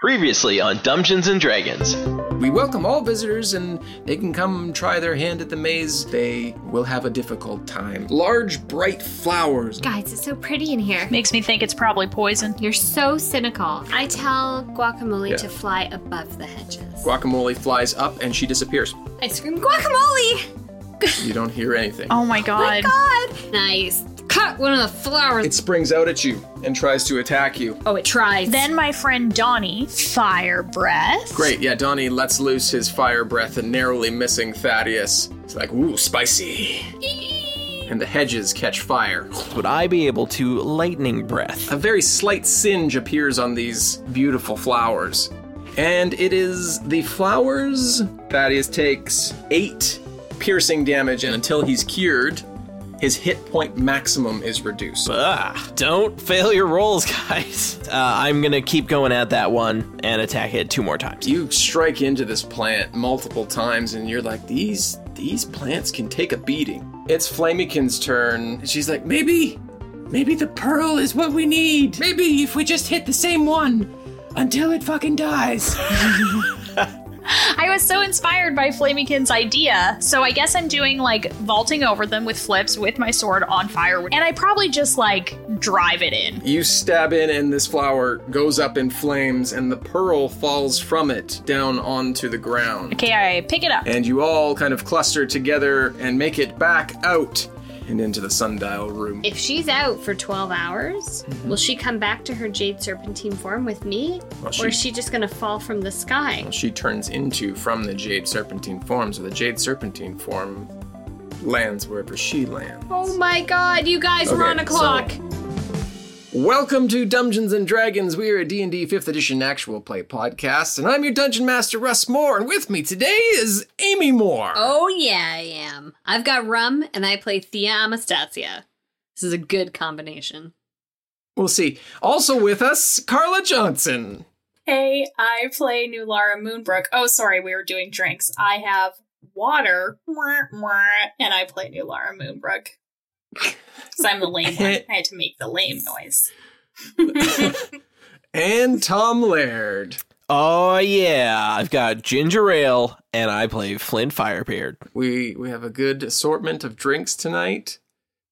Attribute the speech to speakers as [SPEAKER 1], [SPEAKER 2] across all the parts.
[SPEAKER 1] Previously on Dungeons and Dragons.
[SPEAKER 2] We welcome all visitors and they can come try their hand at the maze. They will have a difficult time. Large, bright flowers.
[SPEAKER 3] Guys, it's so pretty in here.
[SPEAKER 4] Makes me think it's probably poison.
[SPEAKER 3] You're so cynical. I tell guacamole
[SPEAKER 2] Yeah.
[SPEAKER 3] to fly above the hedges.
[SPEAKER 2] Guacamole flies up and she disappears.
[SPEAKER 3] I scream, guacamole!
[SPEAKER 2] You don't hear anything.
[SPEAKER 4] Oh my god.
[SPEAKER 3] God! Nice. Cut one of the flowers.
[SPEAKER 2] It springs out at you and tries to attack you.
[SPEAKER 3] oh, it tries.
[SPEAKER 4] Then my friend Donnie, fire breath.
[SPEAKER 2] Great, yeah, Donnie lets loose his fire breath and narrowly missing Thaddeus. It's like, ooh, spicy. And the hedges catch fire.
[SPEAKER 1] Would I be able to lightning breath?
[SPEAKER 2] A very slight singe appears on these beautiful flowers. And it is the flowers. Thaddeus takes eight piercing damage, and until he's cured, his hit point maximum is reduced.
[SPEAKER 1] Ah, don't fail your rolls, guys. Uh, I'm gonna keep going at that one and attack it two more times.
[SPEAKER 2] You strike into this plant multiple times, and you're like, these these plants can take a beating. It's Flamykin's turn. and She's like, maybe, maybe the pearl is what we need. Maybe if we just hit the same one until it fucking dies.
[SPEAKER 4] I was so inspired by Flamykin's idea, so I guess I'm doing like vaulting over them with flips with my sword on fire, and I probably just like drive it in.
[SPEAKER 2] You stab in, and this flower goes up in flames, and the pearl falls from it down onto the ground.
[SPEAKER 4] Okay, I pick it up.
[SPEAKER 2] And you all kind of cluster together and make it back out and into the sundial room.
[SPEAKER 3] if she's out for 12 hours, will she come back to her jade serpentine form with me?
[SPEAKER 2] Well,
[SPEAKER 3] or
[SPEAKER 2] she-
[SPEAKER 3] is she just gonna fall from the sky?
[SPEAKER 2] She turns into from the jade serpentine form, so the jade serpentine form lands wherever she lands.
[SPEAKER 3] Oh my god, you guys, we're
[SPEAKER 2] Okay,
[SPEAKER 3] on a clock.
[SPEAKER 2] so- Welcome to Dungeons and Dragons. We are a D&D 5th edition actual play podcast, and I'm your dungeon master Russ Moore, and with me today is Amy Moore.
[SPEAKER 3] Oh yeah, I am. I've got rum and I play Thea Amastasia. This is a good combination.
[SPEAKER 2] We'll see. Also with us, Carla Johnson.
[SPEAKER 5] Hey, I play New Lara Moonbrook. Oh, sorry, we were doing drinks. I have water, mwah, mwah, and I play New Lara Moonbrook. Because I'm the lame one. I had to make the lame noise.
[SPEAKER 2] And Tom Laird.
[SPEAKER 1] Oh yeah, I've got ginger ale and I play Flint Firebeard.
[SPEAKER 2] We we have a good assortment of drinks tonight.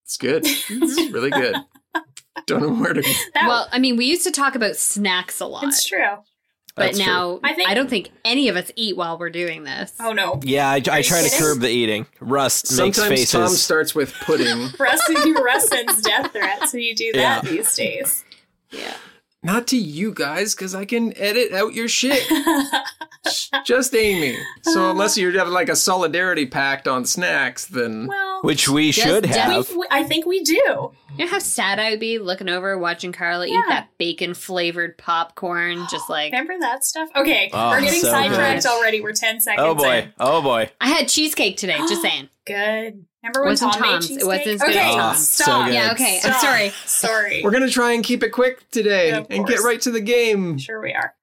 [SPEAKER 2] It's good. It's really good. Don't know where to go.
[SPEAKER 5] That
[SPEAKER 3] well, I mean, we used to talk about snacks a lot,
[SPEAKER 5] it's true.
[SPEAKER 3] but
[SPEAKER 2] That's true.
[SPEAKER 3] now
[SPEAKER 5] I
[SPEAKER 3] I,
[SPEAKER 5] think-
[SPEAKER 3] don't think any of us eat while we're doing this.
[SPEAKER 5] Oh no.
[SPEAKER 1] Yeah, I, I try to
[SPEAKER 5] Yes.
[SPEAKER 1] curb the eating. Rust
[SPEAKER 2] Sometimes
[SPEAKER 1] makes faces.
[SPEAKER 2] Tom starts with pudding.
[SPEAKER 5] Russ, you Russ sends death threats when you do that these days.
[SPEAKER 2] Not to you guys, because I can edit out your shit. Just Amy. So unless you're having like a solidarity pact on snacks, then
[SPEAKER 5] Well,
[SPEAKER 1] which we should
[SPEAKER 3] Just
[SPEAKER 1] have.
[SPEAKER 5] we, we- I think we do.
[SPEAKER 3] You know how sad I would be looking over watching Carla eat
[SPEAKER 5] Yeah.
[SPEAKER 3] that bacon flavored popcorn, just like
[SPEAKER 5] Remember that stuff? Okay,
[SPEAKER 1] Oh,
[SPEAKER 5] we're getting
[SPEAKER 1] so
[SPEAKER 5] sidetracked
[SPEAKER 1] good.
[SPEAKER 5] already. We're 10 seconds
[SPEAKER 1] Oh boy.
[SPEAKER 5] in.
[SPEAKER 1] Oh boy.
[SPEAKER 3] I had cheesecake today. Just saying.
[SPEAKER 5] Good. Remember when
[SPEAKER 3] Wasn't
[SPEAKER 5] Tom made
[SPEAKER 3] Tom's. It wasn't
[SPEAKER 5] cheesecake?
[SPEAKER 3] as good
[SPEAKER 5] Okay,
[SPEAKER 3] as
[SPEAKER 5] Tom,
[SPEAKER 1] Tom's. Oh, So
[SPEAKER 5] stop.
[SPEAKER 1] good.
[SPEAKER 3] Yeah. Okay. I'm
[SPEAKER 5] Stop.
[SPEAKER 3] sorry.
[SPEAKER 5] Sorry.
[SPEAKER 2] we're gonna try and keep it quick today
[SPEAKER 5] Yeah, of
[SPEAKER 2] and get
[SPEAKER 5] course.
[SPEAKER 2] right to the game.
[SPEAKER 5] Sure, we are.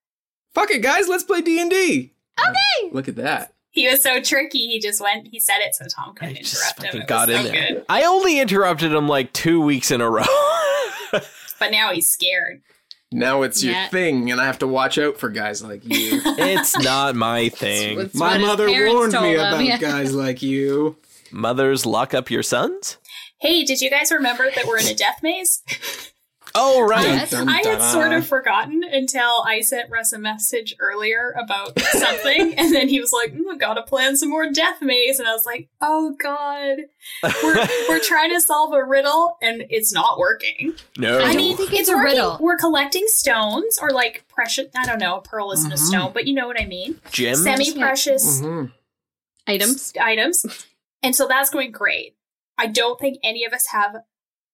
[SPEAKER 2] Fuck it, guys. Let's play D and D. Okay. Look at that.
[SPEAKER 5] He was so tricky. He just went. He said it so Tom
[SPEAKER 1] I
[SPEAKER 5] couldn't
[SPEAKER 1] just
[SPEAKER 5] interrupt him. It
[SPEAKER 1] fucking
[SPEAKER 5] was
[SPEAKER 1] got
[SPEAKER 5] so
[SPEAKER 1] in there.
[SPEAKER 5] good.
[SPEAKER 1] I only interrupted him like two weeks in a row.
[SPEAKER 5] But now he's scared.
[SPEAKER 2] Now it's your
[SPEAKER 3] Yeah.
[SPEAKER 2] thing, and I have to watch out for guys like you.
[SPEAKER 1] it's not my thing.
[SPEAKER 3] It's what his parents told him, yeah.
[SPEAKER 2] guys like you.
[SPEAKER 1] Mothers lock up your sons?
[SPEAKER 5] Hey, did you guys remember that we're in a death maze?
[SPEAKER 1] Oh, right.
[SPEAKER 3] Yes.
[SPEAKER 5] I had sort of forgotten until I sent Russ a message earlier about something, and then he was like, mm, "Gotta plan some more death maze," and I was like, "Oh God, we're we're trying to solve a riddle and it's not working."
[SPEAKER 1] No.
[SPEAKER 3] I mean, it's, a
[SPEAKER 5] working.
[SPEAKER 3] riddle.
[SPEAKER 5] We're collecting stones or like precious. I don't know. A pearl isn't
[SPEAKER 1] Mm-hmm.
[SPEAKER 5] a stone, but you know what I mean.
[SPEAKER 1] Jim?
[SPEAKER 5] Semi-precious
[SPEAKER 2] Mhm.
[SPEAKER 3] Items.
[SPEAKER 5] items, and so that's going great. I don't think any of us have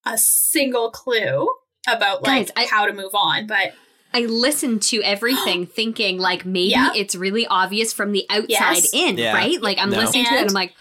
[SPEAKER 5] a single clue about like
[SPEAKER 3] Guys, I-
[SPEAKER 5] how to move on, but.
[SPEAKER 3] I listened to everything thinking like maybe
[SPEAKER 5] Yeah.
[SPEAKER 3] it's really obvious from the outside
[SPEAKER 5] Yes.
[SPEAKER 3] in,
[SPEAKER 1] Yeah.
[SPEAKER 3] right? Like I'm
[SPEAKER 1] No.
[SPEAKER 3] listening to it and
[SPEAKER 5] And-
[SPEAKER 3] I'm like,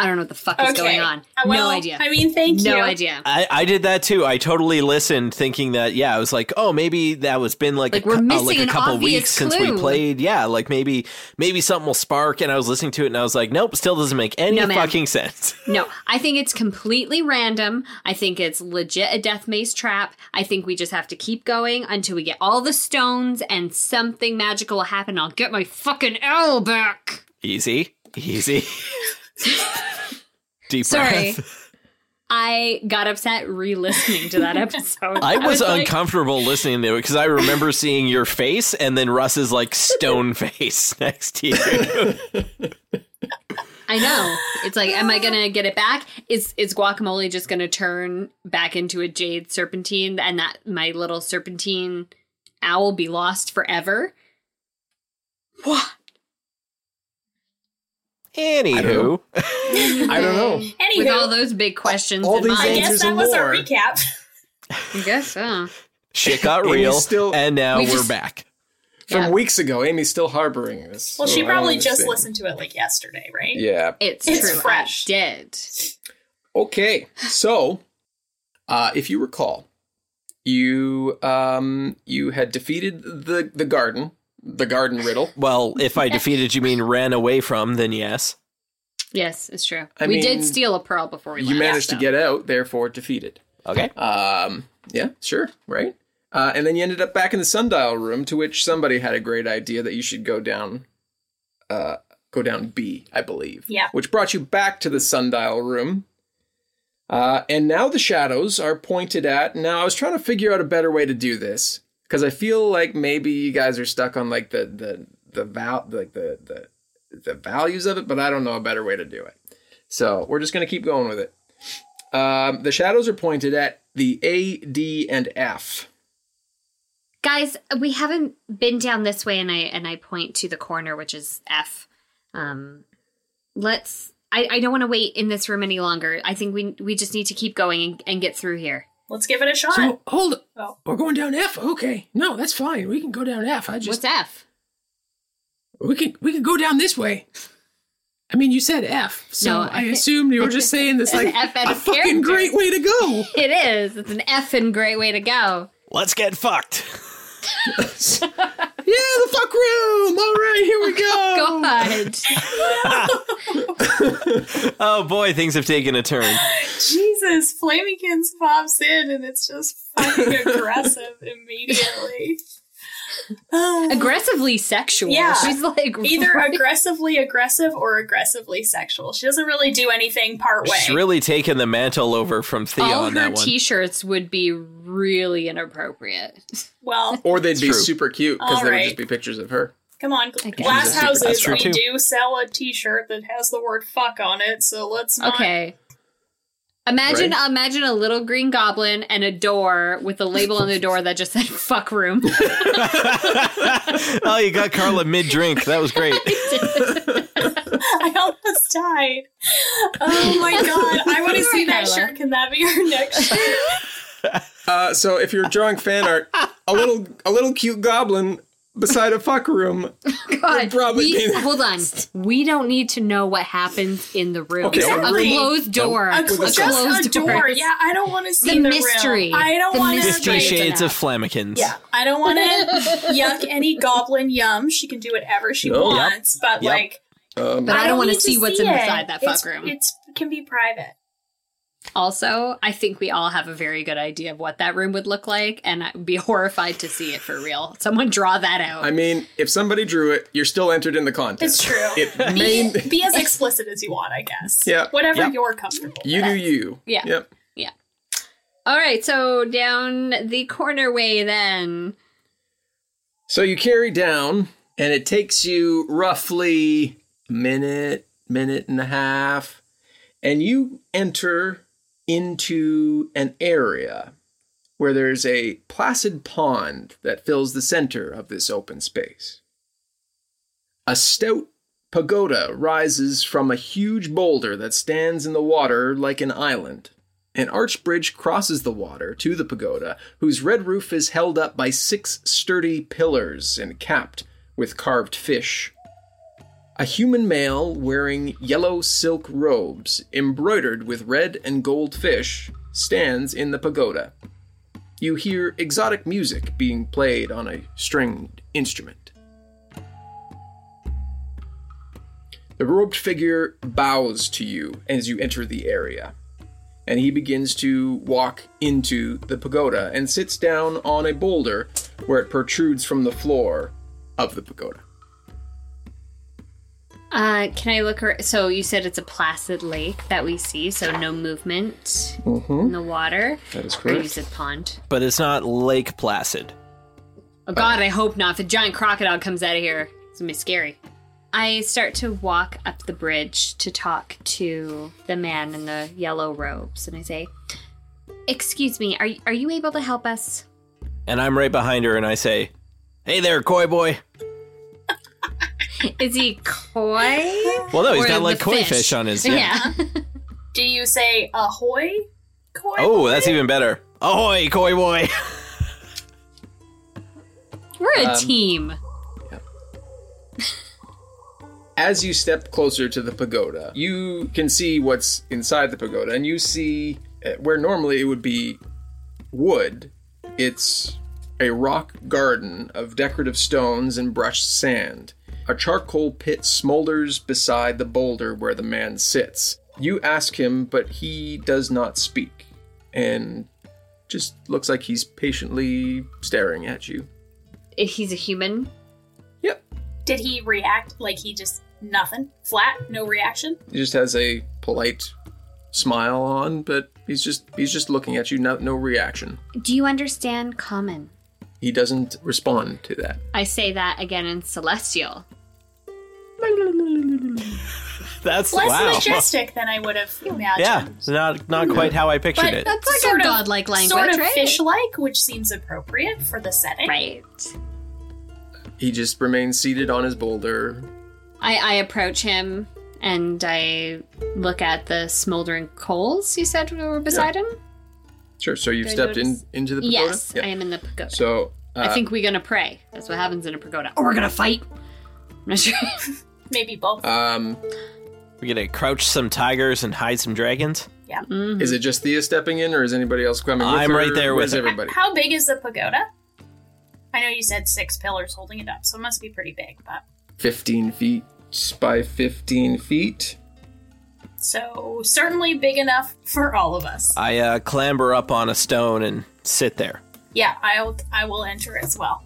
[SPEAKER 3] I don't know what the fuck is going on.
[SPEAKER 5] Uh, well,
[SPEAKER 3] no idea.
[SPEAKER 5] I mean, thank
[SPEAKER 3] no
[SPEAKER 5] you.
[SPEAKER 3] idea.
[SPEAKER 1] I, I did that too. I totally listened, thinking that yeah, I was like, oh, maybe that was been like
[SPEAKER 3] Like,
[SPEAKER 1] a,
[SPEAKER 3] we're
[SPEAKER 1] cou- uh,
[SPEAKER 3] missing
[SPEAKER 1] like a
[SPEAKER 3] an
[SPEAKER 1] couple
[SPEAKER 3] obvious
[SPEAKER 1] weeks since we
[SPEAKER 3] clue.
[SPEAKER 1] played. Yeah, like maybe maybe something will spark. And I was listening to it, and I was like, nope, still doesn't make any
[SPEAKER 3] No, ma'am.
[SPEAKER 1] fucking sense.
[SPEAKER 3] No, I think it's completely random. I think it's legit a death maze trap. I think we just have to keep going until we get all the stones and something magical will happen. I'll get my fucking L back.
[SPEAKER 1] easy, easy. Deep
[SPEAKER 3] Sorry.
[SPEAKER 1] breath.
[SPEAKER 3] I got upset re listening to that episode.
[SPEAKER 1] I was
[SPEAKER 3] like,
[SPEAKER 1] uncomfortable listening to it because I remember seeing your face and then Russ's like stone face next to you.
[SPEAKER 3] I know. It's like, am I gonna get it back? Is is guacamole just gonna turn back into a jade serpentine, and that my little serpentine owl be lost forever? What?
[SPEAKER 1] Anywho,
[SPEAKER 2] I don't know.
[SPEAKER 5] Anywho,
[SPEAKER 3] With all those big questions
[SPEAKER 2] All
[SPEAKER 3] in
[SPEAKER 2] these
[SPEAKER 3] mind.
[SPEAKER 5] I
[SPEAKER 2] Answers
[SPEAKER 5] guess that
[SPEAKER 2] and
[SPEAKER 5] was our
[SPEAKER 2] more.
[SPEAKER 5] recap.
[SPEAKER 3] I guess uh, so.
[SPEAKER 1] shit got
[SPEAKER 2] And you
[SPEAKER 1] real,
[SPEAKER 2] still-
[SPEAKER 1] and now
[SPEAKER 3] We
[SPEAKER 1] we're
[SPEAKER 3] just-
[SPEAKER 1] back.
[SPEAKER 2] From
[SPEAKER 3] Yeah.
[SPEAKER 2] weeks ago, Amy's still harboring this.
[SPEAKER 5] Well,
[SPEAKER 2] so
[SPEAKER 5] she
[SPEAKER 2] I don't
[SPEAKER 5] probably just
[SPEAKER 2] understand.
[SPEAKER 5] listened to it like yesterday, right?
[SPEAKER 2] Yeah.
[SPEAKER 3] It's,
[SPEAKER 5] It's
[SPEAKER 3] true.
[SPEAKER 5] fresh.
[SPEAKER 3] I did.
[SPEAKER 2] Okay. So, uh, if you recall, you um, you had defeated the the garden, the garden riddle.
[SPEAKER 1] Well, if I defeated you mean ran away from, then yes.
[SPEAKER 3] Yes, it's true.
[SPEAKER 2] I
[SPEAKER 3] we
[SPEAKER 2] mean,
[SPEAKER 3] did steal a pearl before we
[SPEAKER 2] You
[SPEAKER 3] left.
[SPEAKER 2] managed to
[SPEAKER 3] so.
[SPEAKER 2] get out, therefore defeated.
[SPEAKER 1] Okay.
[SPEAKER 2] Um, yeah, sure, right. Uh, and then you ended up back in the sundial room, to which somebody had a great idea that you should go down, uh, go down B, I believe.
[SPEAKER 5] Yeah.
[SPEAKER 2] Which brought you back to the sundial room. Uh, and now the shadows are pointed at. Now I was trying to figure out a better way to do this because I feel like maybe you guys are stuck on like the the the val like the the the values of it, but I don't know a better way to do it. So we're just gonna keep going with it. Um, the shadows are pointed at the A, D, and F.
[SPEAKER 3] Guys, we haven't been down this way, and I and I point to the corner, which is F. Um, let's. I, I don't want to wait in this room any longer. I think we we just need to keep going and, and get through here.
[SPEAKER 5] Let's give it a shot.
[SPEAKER 2] hold it.
[SPEAKER 5] Oh.
[SPEAKER 2] We're going down F. Okay. No, that's fine. We can go down F. I
[SPEAKER 3] What's F?
[SPEAKER 2] we can we can go down this way. I mean, you said F,
[SPEAKER 3] so No, I I-
[SPEAKER 2] assumed you were just saying this
[SPEAKER 3] like, F and a fucking character. great
[SPEAKER 2] way to go.
[SPEAKER 3] It is. It's an F and great way to go.
[SPEAKER 1] Let's get fucked.
[SPEAKER 2] Yeah, the fuck room. All right, here we go.
[SPEAKER 3] God,
[SPEAKER 1] Oh boy, things have taken a turn.
[SPEAKER 5] Jesus, Flamikins pops in and it's just fucking aggressive immediately.
[SPEAKER 3] aggressively sexual.
[SPEAKER 5] Yeah.
[SPEAKER 3] she's like
[SPEAKER 5] Either aggressively aggressive or aggressively sexual. She doesn't really do anything part way.
[SPEAKER 1] She's really taken the mantle over from Thea
[SPEAKER 3] all
[SPEAKER 1] on
[SPEAKER 3] her
[SPEAKER 1] that one.
[SPEAKER 3] t-shirts would be really inappropriate.
[SPEAKER 5] well,
[SPEAKER 2] Or they'd be
[SPEAKER 1] True.
[SPEAKER 2] super cute because
[SPEAKER 5] All
[SPEAKER 2] there would
[SPEAKER 5] right.
[SPEAKER 2] just be pictures of her.
[SPEAKER 5] come on,
[SPEAKER 3] guess.
[SPEAKER 5] glass
[SPEAKER 3] She's a super-
[SPEAKER 1] that's
[SPEAKER 5] houses.
[SPEAKER 1] true
[SPEAKER 5] We
[SPEAKER 1] too.
[SPEAKER 5] do sell a T-shirt that has the word "fuck" on it, so let's not.
[SPEAKER 3] Okay. Imagine
[SPEAKER 2] Right?
[SPEAKER 3] imagine a little green goblin and a door with a label on the door that just said fuck room.
[SPEAKER 1] oh, you got Carla mid drink. That was great.
[SPEAKER 5] I almost died. Oh my god! I want to see that
[SPEAKER 3] Carla.
[SPEAKER 5] shirt. Can that be our next shirt?
[SPEAKER 2] Uh, so if you're drawing fan art, a little a little cute goblin beside a fuck room.
[SPEAKER 3] God,
[SPEAKER 2] probably
[SPEAKER 3] we-
[SPEAKER 2] be-
[SPEAKER 3] hold on. We don't need to know what happens in the room.
[SPEAKER 2] Okay,
[SPEAKER 5] Exactly.
[SPEAKER 3] A closed door.
[SPEAKER 5] A cl- just a door. Yeah, I don't want to see the,
[SPEAKER 3] mystery.
[SPEAKER 5] Room. I don't
[SPEAKER 3] The
[SPEAKER 5] want
[SPEAKER 1] Mystery
[SPEAKER 3] mystery Right.
[SPEAKER 5] to.
[SPEAKER 1] shades of Flamikins.
[SPEAKER 5] Yeah, I don't want to yuck any goblin yum. She can do whatever she
[SPEAKER 2] Nope.
[SPEAKER 5] wants, but
[SPEAKER 1] Oh, Yep.
[SPEAKER 5] like,
[SPEAKER 2] Um,
[SPEAKER 3] But I don't want
[SPEAKER 5] need
[SPEAKER 3] to see what's
[SPEAKER 5] it.
[SPEAKER 3] inside that fuck
[SPEAKER 5] It's-
[SPEAKER 3] room.
[SPEAKER 5] It's can be private.
[SPEAKER 3] Also, I think we all have a very good idea of what that room would look like, and I'd be horrified to see it for real. Someone draw that out.
[SPEAKER 2] I mean, if somebody drew it, you're still entered in the contest.
[SPEAKER 5] It's true.
[SPEAKER 2] It may,
[SPEAKER 5] be as explicit as you want, I guess.
[SPEAKER 2] Yeah.
[SPEAKER 5] Whatever
[SPEAKER 1] Yeah.
[SPEAKER 5] you're comfortable.
[SPEAKER 2] you do you.
[SPEAKER 3] Yeah.
[SPEAKER 2] Yep.
[SPEAKER 3] Yeah. All right, so down the corner way then.
[SPEAKER 2] So you carry down, and it takes you roughly a minute, minute and a half, and you enter into an area where there's a placid pond that fills the center of this open space. A stout pagoda rises from a huge boulder that stands in the water like an island. An arch bridge crosses the water to the pagoda, whose red roof is held up by six sturdy pillars and capped with carved fish. A human male wearing yellow silk robes embroidered with red and gold fish stands in the pagoda. You hear exotic music being played on a stringed instrument. The robed figure bows to you as you enter the area and he begins to walk into the pagoda and sits down on a boulder where it protrudes from the floor of the pagoda.
[SPEAKER 3] Uh, can I look her? So you said it's a placid lake that we see, so no movement in the water.
[SPEAKER 2] That is
[SPEAKER 3] Or Mm-hmm. you
[SPEAKER 2] correct.
[SPEAKER 3] said pond.
[SPEAKER 1] But it's not Lake Placid.
[SPEAKER 3] Oh God, I hope not. If a giant crocodile comes out of here, it's gonna be scary. I start to walk up the bridge to talk to the man in the yellow robes, and I say, "Excuse me, are are you able to help us?"
[SPEAKER 1] And I'm right behind her and I say, Hey there, koi boy.
[SPEAKER 3] Is he koi?
[SPEAKER 1] Well, no, he's
[SPEAKER 3] Or
[SPEAKER 1] got like
[SPEAKER 3] the
[SPEAKER 1] koi
[SPEAKER 3] fish.
[SPEAKER 1] fish, on his.
[SPEAKER 3] Yeah.
[SPEAKER 5] Do you say ahoy? Koi
[SPEAKER 1] Oh,
[SPEAKER 5] boy?
[SPEAKER 1] that's even better. Ahoy, koi boy.
[SPEAKER 3] We're a
[SPEAKER 2] Um,
[SPEAKER 3] team.
[SPEAKER 2] As you step closer to the pagoda, you can see what's inside the pagoda, and you see uh, where normally it would be wood, it's a rock garden of decorative stones and brushed sand. A charcoal pit smolders beside the boulder where the man sits. You ask him, but he does not speak, and just looks like he's patiently staring at you.
[SPEAKER 3] He's a human.
[SPEAKER 2] Yep,
[SPEAKER 5] Did he react like he just nothing? Flat? No reaction?
[SPEAKER 2] He just has a polite smile on, but he's just he's just looking at you, no no reaction.
[SPEAKER 3] Do you understand common?
[SPEAKER 2] He doesn't respond to that.
[SPEAKER 3] I say that again in celestial.
[SPEAKER 1] That's
[SPEAKER 5] Less
[SPEAKER 1] wow.
[SPEAKER 5] majestic than I would have imagined.
[SPEAKER 1] Yeah, not not quite how I pictured
[SPEAKER 3] But
[SPEAKER 1] it.
[SPEAKER 3] that's like
[SPEAKER 5] Sort
[SPEAKER 3] a
[SPEAKER 5] of-
[SPEAKER 3] godlike language,
[SPEAKER 5] sort of
[SPEAKER 3] right?
[SPEAKER 5] fish-like, which seems appropriate for the setting.
[SPEAKER 3] Right.
[SPEAKER 2] He just remains seated on his boulder.
[SPEAKER 3] I, I approach him and I look at the smoldering coals you said were beside him.
[SPEAKER 2] Sure. So you've
[SPEAKER 3] Did I
[SPEAKER 2] stepped in
[SPEAKER 3] notice-
[SPEAKER 2] into the pagoda.
[SPEAKER 3] Yes,
[SPEAKER 2] Yeah.
[SPEAKER 3] I am in the pagoda.
[SPEAKER 2] So uh,
[SPEAKER 3] I think we're gonna pray. That's what happens in a pagoda. Or we're gonna fight. I'm not sure.
[SPEAKER 5] Maybe both.
[SPEAKER 2] um,
[SPEAKER 1] We're gonna crouch some tigers and hide some dragons.
[SPEAKER 3] Mm-hmm.
[SPEAKER 2] is it just Thea stepping in, or is anybody else coming? with
[SPEAKER 1] I'm
[SPEAKER 2] her?
[SPEAKER 1] right there
[SPEAKER 2] Where's
[SPEAKER 1] with her.
[SPEAKER 2] everybody.
[SPEAKER 5] How big is the pagoda? I know you said six pillars holding it up, so it must be pretty big, but
[SPEAKER 2] Fifteen feet by fifteen feet.
[SPEAKER 5] so certainly big enough for all of us.
[SPEAKER 1] I uh, clamber up on a stone and sit there.
[SPEAKER 5] Yeah, I'll I will enter as well.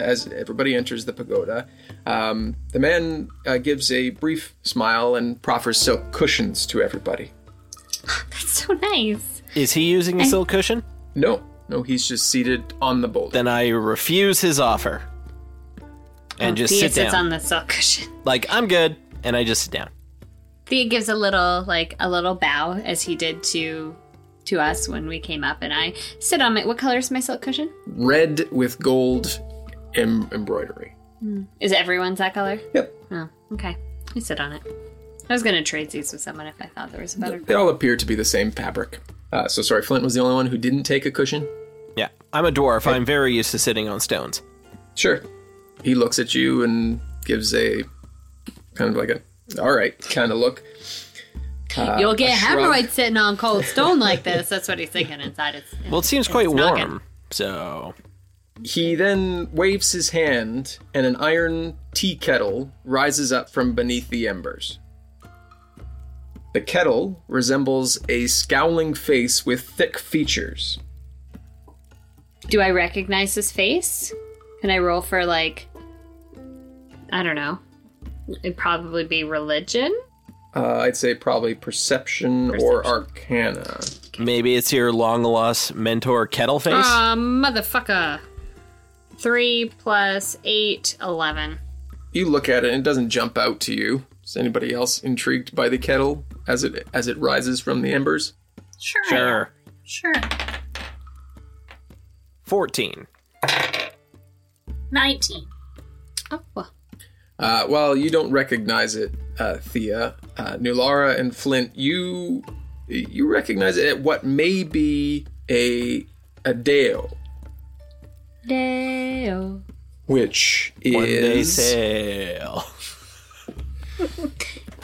[SPEAKER 2] as everybody enters the pagoda, um, the man uh, gives a brief smile and proffers silk cushions to everybody.
[SPEAKER 3] That's so nice.
[SPEAKER 1] Is he using a silk cushion?
[SPEAKER 2] No, no, he's just seated on the boulder.
[SPEAKER 1] Then I refuse his offer and
[SPEAKER 3] Oh,
[SPEAKER 1] just
[SPEAKER 3] Thea
[SPEAKER 1] sit
[SPEAKER 3] sits
[SPEAKER 1] down.
[SPEAKER 3] on the silk cushion.
[SPEAKER 1] Like I'm good, and I just sit down.
[SPEAKER 3] Thea gives a little like a little bow as he did to to us when we came up and I sit on my what color is my silk cushion?
[SPEAKER 2] Red with gold em- embroidery.
[SPEAKER 3] Is everyone's that color?
[SPEAKER 2] Yep,
[SPEAKER 3] Oh, okay. I sit on it. I was gonna trade these with someone if I thought there was a better.
[SPEAKER 2] they all appear to be the same fabric. Uh, so sorry, Flint was the only one who didn't take a cushion.
[SPEAKER 1] Yeah, I'm a dwarf. I'm very used to sitting on stones.
[SPEAKER 2] Sure. He looks at you and gives a kind of like a all right kind of look.
[SPEAKER 3] You'll get
[SPEAKER 2] Uh, a shrug.
[SPEAKER 3] hemorrhoids sitting on cold stone like this. That's what he's thinking inside his.
[SPEAKER 1] Well, it seems quite warm.
[SPEAKER 3] not good.
[SPEAKER 1] So
[SPEAKER 2] He then waves his hand, and an iron tea kettle rises up from beneath the embers. The kettle resembles a scowling face with thick features.
[SPEAKER 3] Do I recognize his face? Can I roll for like? I don't know. It'd probably be religion.
[SPEAKER 2] Uh, I'd say probably perception, or arcana.
[SPEAKER 1] Maybe it's your long lost mentor, Kettleface.
[SPEAKER 3] Ah, motherfucker. Three plus eight, eleven.
[SPEAKER 2] You look at it and it doesn't jump out to you. Is anybody else intrigued by the kettle as it as it rises from the embers?
[SPEAKER 5] Sure.
[SPEAKER 1] sure.
[SPEAKER 5] Sure.
[SPEAKER 1] 14.
[SPEAKER 5] 19.
[SPEAKER 3] Oh, well.
[SPEAKER 2] Uh, well, you don't recognize it, uh, Thea. Uh, Nulara and Flint, you you recognize it at what may be a a dale,
[SPEAKER 3] Deo.
[SPEAKER 2] which
[SPEAKER 1] When they
[SPEAKER 2] is
[SPEAKER 1] sail.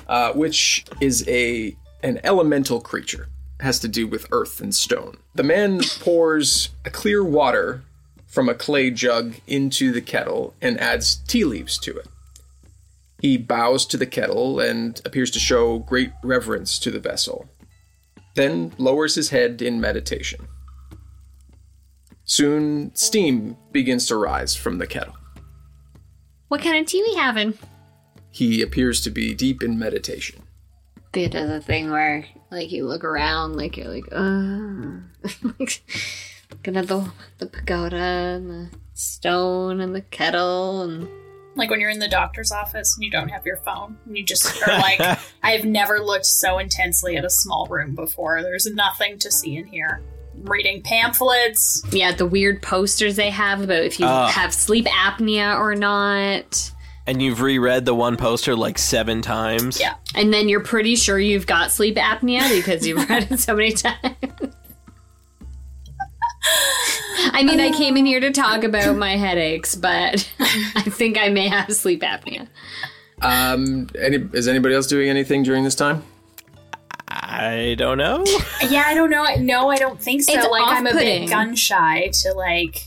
[SPEAKER 2] uh, which is a an elemental creature. Has to do with earth and stone. The man pours a clear water from a clay jug into the kettle and adds tea leaves to it. He bows to the kettle and appears to show great reverence to the vessel, then lowers his head in meditation. Soon, steam begins to rise from the kettle.
[SPEAKER 3] What kind of tea we having?
[SPEAKER 2] He appears to be deep in meditation.
[SPEAKER 3] Thea does a thing where, like, you look around, like, you're like, uh, like, looking at the, the pagoda and the stone and the kettle and.
[SPEAKER 5] Like when you're in the doctor's office and you don't have your phone, and you just are like, I've never looked so intensely at a small room before. There's nothing to see in here. Reading pamphlets.
[SPEAKER 3] Yeah, the weird posters they have about if you
[SPEAKER 1] Ah.
[SPEAKER 3] have sleep apnea or not.
[SPEAKER 1] And you've reread the one poster like seven times.
[SPEAKER 5] Yeah.
[SPEAKER 3] And then you're pretty sure you've got sleep apnea because you've read it so many times. I mean, I came in here to talk about my headaches, but I think I may have sleep apnea.
[SPEAKER 2] Um, any, is anybody else doing anything during this time?
[SPEAKER 1] I don't know.
[SPEAKER 5] Yeah, I don't know. No, I don't think so.
[SPEAKER 3] It's
[SPEAKER 5] like I'm a
[SPEAKER 3] off-putting.
[SPEAKER 5] bit gun shy to like.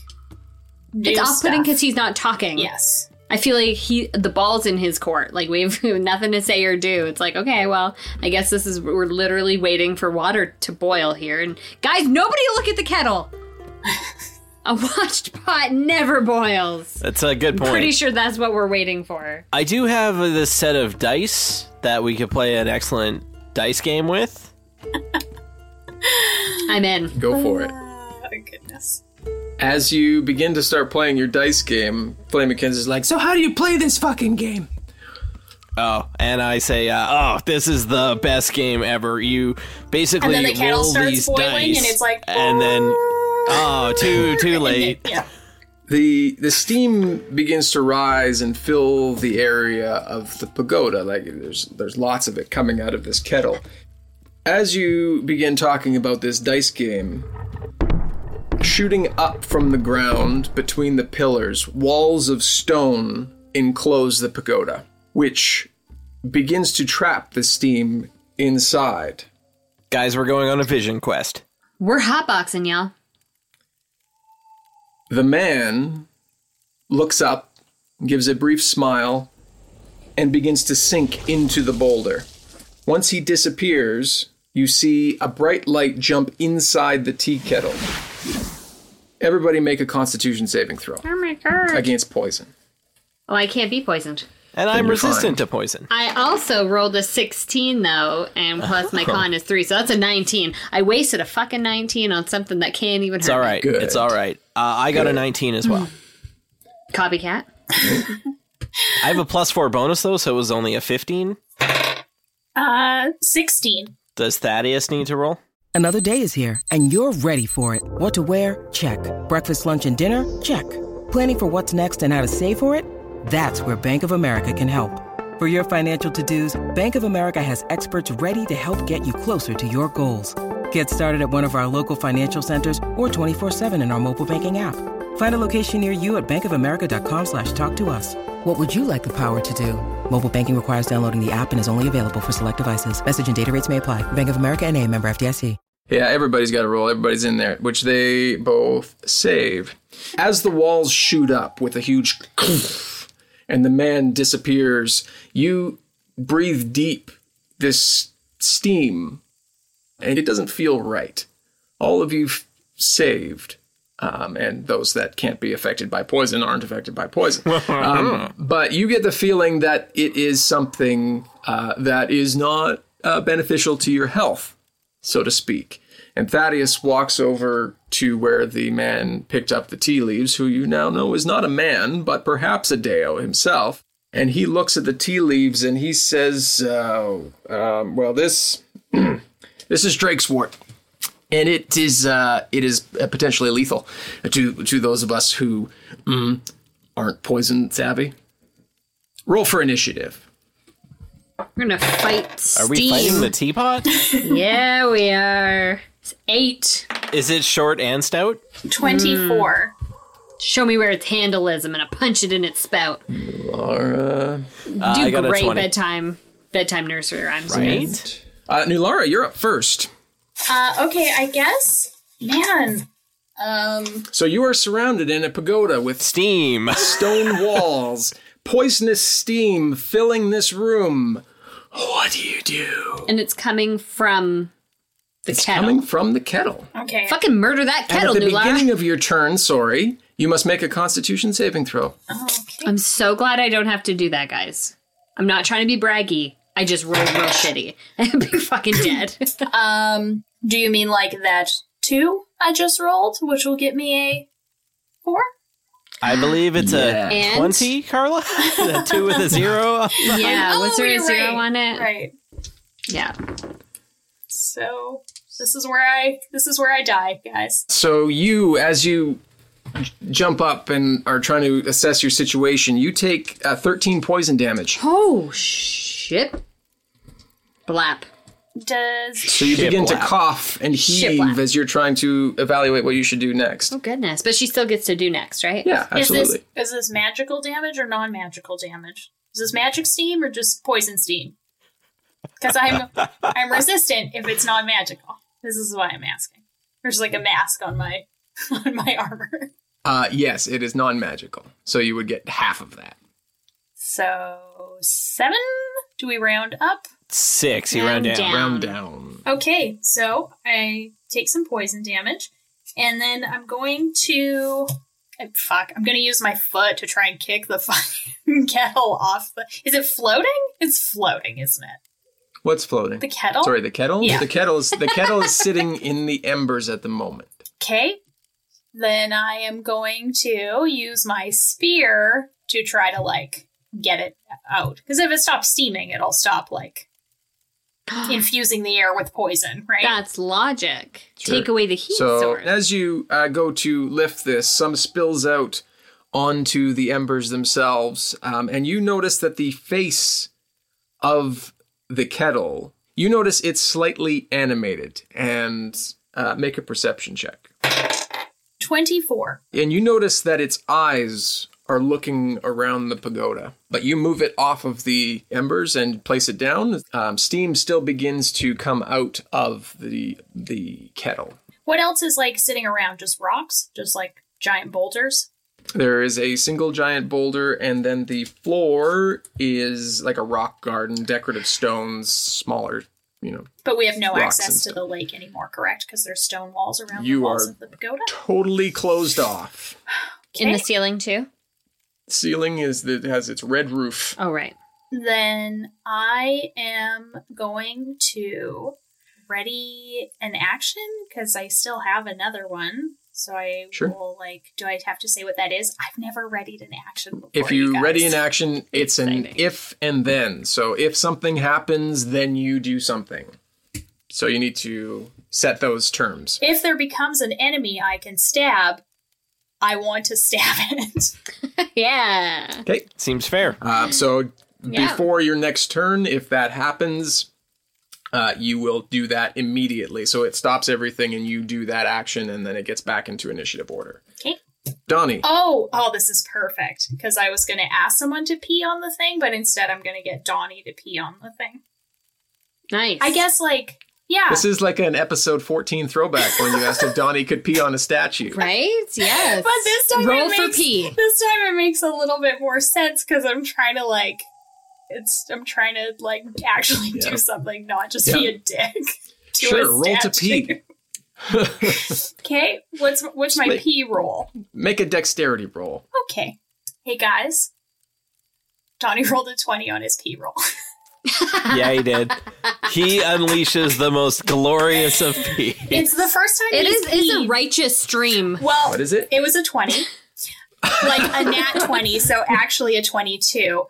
[SPEAKER 5] Do
[SPEAKER 3] It's off putting
[SPEAKER 5] stuff.
[SPEAKER 3] because he's not talking.
[SPEAKER 5] yes,
[SPEAKER 3] I feel like he the ball's in his court. Like we have nothing to say or do. It's like, okay, well, I guess this is we're literally waiting for water to boil here. And guys, nobody look at the kettle. A watched pot never boils.
[SPEAKER 1] That's a good point.
[SPEAKER 3] Pretty sure that's what we're waiting for.
[SPEAKER 1] I do have this set of dice that we could play an excellent dice game with.
[SPEAKER 3] I'm in.
[SPEAKER 2] Go for it.
[SPEAKER 5] Oh, goodness.
[SPEAKER 2] As you begin to start playing your dice game, Flame McKenzie's like, So, how do you play this fucking game?
[SPEAKER 1] Oh, and I say, uh, oh, this is the best game ever. You basically
[SPEAKER 5] And then the kettle
[SPEAKER 1] roll
[SPEAKER 5] starts
[SPEAKER 1] these
[SPEAKER 5] boiling,
[SPEAKER 1] dice,
[SPEAKER 5] and it's like,
[SPEAKER 1] and then oh, too too late.
[SPEAKER 5] Yeah.
[SPEAKER 2] The, the steam begins to rise and fill the area of the pagoda. Like, there's, there's lots of it coming out of this kettle. As you begin talking about this dice game, shooting up from the ground between the pillars, walls of stone enclose the pagoda, which begins to trap the steam inside.
[SPEAKER 1] Guys, we're going on a vision quest.
[SPEAKER 3] We're hotboxing, y'all.
[SPEAKER 2] The man looks up, gives a brief smile, and begins to sink into the boulder. Once he disappears, you see a bright light jump inside the tea kettle. Everybody make a constitution saving throw
[SPEAKER 3] Oh my god.
[SPEAKER 2] against poison.
[SPEAKER 3] Oh, I can't be poisoned.
[SPEAKER 1] And I'm
[SPEAKER 2] you're fine.
[SPEAKER 1] resistant to poison.
[SPEAKER 3] I also rolled a 16 though, and plus my con is three, so that's a 19. I wasted a fucking 19 on something that can't even
[SPEAKER 1] It's
[SPEAKER 3] hurt.
[SPEAKER 1] all
[SPEAKER 3] me.
[SPEAKER 1] right.
[SPEAKER 2] Good.
[SPEAKER 1] It's all right. Uh, I got a
[SPEAKER 2] Good.
[SPEAKER 1] 19 as well.
[SPEAKER 5] Mm.
[SPEAKER 3] Copycat.
[SPEAKER 1] I have a plus four bonus though, so it was only a 15.
[SPEAKER 5] Uh, sixteen.
[SPEAKER 1] Does Thaddeus need to roll?
[SPEAKER 6] Another day is here, and you're ready for it. What to wear? Check. Breakfast, lunch, and dinner? Check. Planning for what's next and how to save for it? That's where Bank of America can help. For your financial to-dos, Bank of America has experts ready to help get you closer to your goals. Get started at one of our local financial centers or 24-7 in our mobile banking app. Find a location near you at bankofamerica.com slash talk to us. What would you like the power to do? Mobile banking requires downloading the app and is only available for select devices. Message and data rates may apply. Bank of America and a member FDIC.
[SPEAKER 2] Yeah, everybody's got a roll. Everybody's in there, which they both save. As the walls shoot up with a huge and the man disappears, you breathe deep this steam, and it doesn't feel right. All of you f- saved, um, and those that can't be affected by poison aren't affected by poison. Um, but you get the feeling that it is something uh, that is not uh, beneficial to your health so to speak. And Thaddeus walks over to where the man picked up the tea leaves, who you now know is not a man, but perhaps a Deo himself. And he looks at the tea leaves and he says, uh, um, "Well, this this is Drake's wart, and it is uh, it is uh, potentially lethal to to those of us who mm, aren't poison savvy." Roll for initiative.
[SPEAKER 3] We're gonna fight
[SPEAKER 1] Are
[SPEAKER 3] Steve.
[SPEAKER 1] we fighting the teapot?
[SPEAKER 3] yeah, we are. It's eight.
[SPEAKER 1] Is it short and stout?
[SPEAKER 5] 24.
[SPEAKER 3] Show me where its handle is. I'm gonna punch it in its spout.
[SPEAKER 2] Laura,
[SPEAKER 3] Do
[SPEAKER 1] I got a
[SPEAKER 3] great
[SPEAKER 1] 20.
[SPEAKER 3] bedtime bedtime nursery rhymes.
[SPEAKER 1] Right?
[SPEAKER 2] uh, Nulara, you're up first.
[SPEAKER 3] Hmm.
[SPEAKER 5] Uh, okay, I guess. Man. Um,
[SPEAKER 2] So you are surrounded in a pagoda with
[SPEAKER 1] Steam.
[SPEAKER 2] stone walls, poisonous steam filling this room. What do you do?
[SPEAKER 3] And it's coming from the
[SPEAKER 2] It's
[SPEAKER 3] kettle.
[SPEAKER 2] coming from the kettle.
[SPEAKER 5] okay.
[SPEAKER 3] Fucking murder that
[SPEAKER 2] And at
[SPEAKER 3] kettle,
[SPEAKER 2] the
[SPEAKER 3] Nulara.
[SPEAKER 2] beginning of your turn, sorry, you must make a Constitution saving throw.
[SPEAKER 3] I'm so glad I don't have to do that, guys. I'm not trying to be braggy. I just rolled real shitty. I'd be fucking dead.
[SPEAKER 5] Um, do you mean like that two I just rolled, which will get me a four?
[SPEAKER 1] I believe it's
[SPEAKER 2] Yeah.
[SPEAKER 1] a
[SPEAKER 3] And-
[SPEAKER 1] 20, Carla? a 2 with a 0?
[SPEAKER 3] yeah,
[SPEAKER 5] Oh,
[SPEAKER 3] was there a
[SPEAKER 5] you're
[SPEAKER 3] zero
[SPEAKER 5] right.
[SPEAKER 3] on it?
[SPEAKER 5] Right.
[SPEAKER 3] Yeah.
[SPEAKER 5] So this is where I this is where I die, guys.
[SPEAKER 2] So you, as you j- jump up and are trying to assess your situation, you take uh, 13 poison damage.
[SPEAKER 3] Oh shit. Blap.
[SPEAKER 5] Does
[SPEAKER 2] So you begin to
[SPEAKER 1] Shiplap.
[SPEAKER 2] cough and heave
[SPEAKER 3] Shiplap.
[SPEAKER 2] as you're trying to evaluate what you should do next.
[SPEAKER 3] Oh goodness. But she still gets to do next, right?
[SPEAKER 2] Yeah,
[SPEAKER 5] is
[SPEAKER 2] absolutely.
[SPEAKER 5] this is this magical damage or non magical damage? Is this magic steam or just poison steam? Because I'm I'm resistant if it's non magical. This is why I'm asking. There's like a mask on my on my armor.
[SPEAKER 2] Uh, yes, it is non-magical, so you would get half of that.
[SPEAKER 5] So seven? Do we round up?
[SPEAKER 1] 6. You round down.
[SPEAKER 3] Round down.
[SPEAKER 2] Round down.
[SPEAKER 5] Okay, so I take some poison damage, and then I'm going to. eh, Fuck, I'm going to use my foot to try and kick the fucking kettle off the. Is it floating? It's floating, isn't it?
[SPEAKER 2] What's floating?
[SPEAKER 5] The kettle?
[SPEAKER 2] Sorry, the kettle.
[SPEAKER 5] Yeah.
[SPEAKER 2] The kettle is the kettle is sitting in the embers at the moment.
[SPEAKER 5] Okay. Then I am going to use my spear to try to, like, get it out. Because if it stops steaming, it'll stop, like, infusing the air with poison, right?
[SPEAKER 3] That's logic.
[SPEAKER 2] Sure.
[SPEAKER 3] Take away the heat
[SPEAKER 2] so
[SPEAKER 3] source.
[SPEAKER 2] as you uh, go to lift this, some spills out onto the embers themselves, um, and you notice that the face of the kettle. You notice it's slightly animated, and uh, make a perception check.
[SPEAKER 5] 24.
[SPEAKER 2] And you notice that its eyes are looking around the pagoda. But you move it off of the embers and place it down. Um, steam still begins to come out of the the kettle.
[SPEAKER 5] What else is like sitting around? Just rocks? Just like giant boulders?
[SPEAKER 2] There is a single giant boulder, and then the floor is like a rock garden, decorative stones, smaller. You know,
[SPEAKER 5] But we have no
[SPEAKER 2] Rocks and
[SPEAKER 5] access to
[SPEAKER 2] stuff.
[SPEAKER 5] the lake anymore, correct? Because there's stone walls around
[SPEAKER 2] You
[SPEAKER 5] the walls
[SPEAKER 2] are-
[SPEAKER 5] of the pagoda.
[SPEAKER 2] totally closed off.
[SPEAKER 3] In the ceiling too?
[SPEAKER 2] Ceiling is that has its red roof.
[SPEAKER 3] Oh right.
[SPEAKER 5] Then I am going to ready an action because I still have another one. So I
[SPEAKER 2] Sure.
[SPEAKER 5] will like. Do I have to say what that is? I've never readied an action before.
[SPEAKER 2] If you
[SPEAKER 5] guys.
[SPEAKER 2] ready in action, it's an
[SPEAKER 3] Exciting.
[SPEAKER 2] if and then. So if something happens, then you do something. So you need to set those terms.
[SPEAKER 5] If there becomes an enemy I can stab, I want to stab it.
[SPEAKER 3] yeah.
[SPEAKER 2] Okay.
[SPEAKER 1] Seems fair.
[SPEAKER 2] Uh, so
[SPEAKER 3] Yeah.
[SPEAKER 2] before your next turn, if that happens, uh, you will do that immediately. So it stops everything, and you do that action, and then it gets back into initiative order.
[SPEAKER 5] Okay.
[SPEAKER 2] Donnie.
[SPEAKER 5] Oh, oh, this is perfect because I was going to ask someone to pee on the thing, but instead I'm going to get Donnie to pee on the thing.
[SPEAKER 3] Nice.
[SPEAKER 5] I guess, like, yeah,
[SPEAKER 2] This is like an episode 14 throwback when you asked if Donnie could pee on a statue.
[SPEAKER 3] Right? Yes.
[SPEAKER 5] but this time
[SPEAKER 3] Roll
[SPEAKER 5] it
[SPEAKER 3] for
[SPEAKER 5] makes,
[SPEAKER 3] pee.
[SPEAKER 5] This time it makes a little bit more sense because I'm trying to like, it's I'm trying to like actually do something, not just be
[SPEAKER 2] Yeah.
[SPEAKER 5] a dick. to a
[SPEAKER 2] Sure, roll to
[SPEAKER 5] statue.
[SPEAKER 2] pee.
[SPEAKER 5] Okay, what's what's my
[SPEAKER 2] Split.
[SPEAKER 5] pee roll?
[SPEAKER 2] Make a dexterity roll.
[SPEAKER 5] Okay, hey guys, Donnie rolled a twenty on his pee roll.
[SPEAKER 1] yeah, he did. He unleashes the most glorious of pee.
[SPEAKER 5] It's the first time
[SPEAKER 3] It
[SPEAKER 5] he's
[SPEAKER 3] is it's a
[SPEAKER 5] peed.
[SPEAKER 3] righteous stream.
[SPEAKER 5] Well,
[SPEAKER 2] What is it?
[SPEAKER 5] It was a 20. like a nat 20, so actually a 22.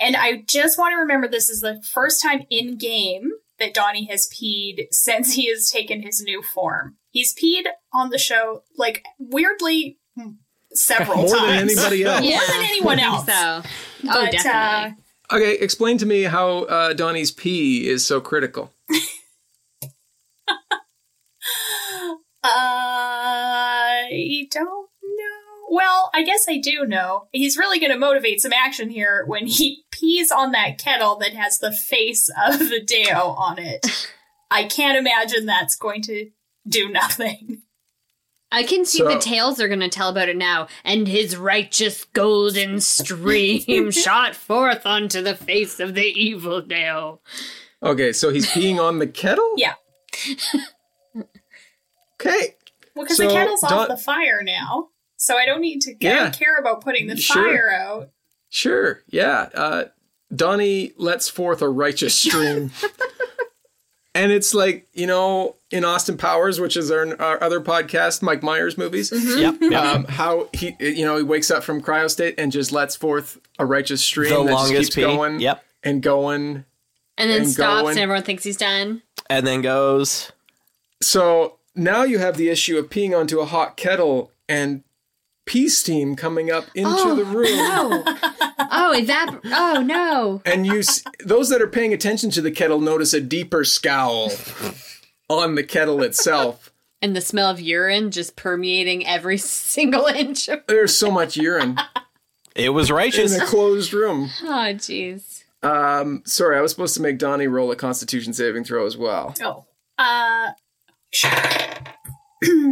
[SPEAKER 5] And I just want to remember this is the first time in game that Donnie has peed since he has taken his new form. He's peed on the show, like, weirdly, hmm, several
[SPEAKER 2] More
[SPEAKER 5] times.
[SPEAKER 2] than anybody else.
[SPEAKER 5] More than anyone else.
[SPEAKER 3] So, oh,
[SPEAKER 5] But, uh,
[SPEAKER 3] definitely.
[SPEAKER 2] Okay, explain to me how uh, Donnie's pee is so critical.
[SPEAKER 5] I don't know. Well, I guess I do know. He's really going to motivate some action here when he pees on that kettle that has the face of Video on it. I can't imagine that's going to do nothing.
[SPEAKER 3] I can see
[SPEAKER 2] so-
[SPEAKER 3] the tales are going to tell about it now. And his righteous golden stream shot forth onto the face of the evil Dale.
[SPEAKER 2] Okay, so he's peeing on the kettle?
[SPEAKER 5] Yeah.
[SPEAKER 2] Okay.
[SPEAKER 5] Well, because
[SPEAKER 2] So,
[SPEAKER 5] the kettle's
[SPEAKER 2] Don-
[SPEAKER 5] off the fire now, so I don't need to. I
[SPEAKER 2] Yeah.
[SPEAKER 5] don't care about putting the
[SPEAKER 2] Sure.
[SPEAKER 5] fire out.
[SPEAKER 2] Sure. Yeah. Uh, Donnie lets forth a righteous stream. and it's like, you know, in Austin Powers, which is our, our other podcast, Mike Myers movies,
[SPEAKER 1] Yep.
[SPEAKER 2] um, how he, you know, he wakes up from cryo state and just lets forth a righteous stream
[SPEAKER 1] The
[SPEAKER 2] that just
[SPEAKER 1] longest
[SPEAKER 2] keeps
[SPEAKER 1] pee.
[SPEAKER 2] going
[SPEAKER 1] Yep.
[SPEAKER 2] and going.
[SPEAKER 3] And then
[SPEAKER 2] And
[SPEAKER 3] stops,
[SPEAKER 2] going.
[SPEAKER 3] and everyone thinks he's done.
[SPEAKER 1] And then goes.
[SPEAKER 2] So now you have the issue of peeing onto a hot kettle and pee steam coming up into
[SPEAKER 3] Oh,
[SPEAKER 2] the room.
[SPEAKER 3] No. oh, evap. Oh, no.
[SPEAKER 2] and you s- those that are paying attention to the kettle notice a deeper scowl on the kettle itself
[SPEAKER 3] And the smell of urine just permeating every single inch of.
[SPEAKER 2] there's so much urine
[SPEAKER 1] It was
[SPEAKER 2] in
[SPEAKER 1] righteous.
[SPEAKER 2] a closed room
[SPEAKER 3] Oh, jeez.
[SPEAKER 2] um sorry i was supposed to make donnie roll a constitution saving throw as well
[SPEAKER 5] Oh. Uh. uh.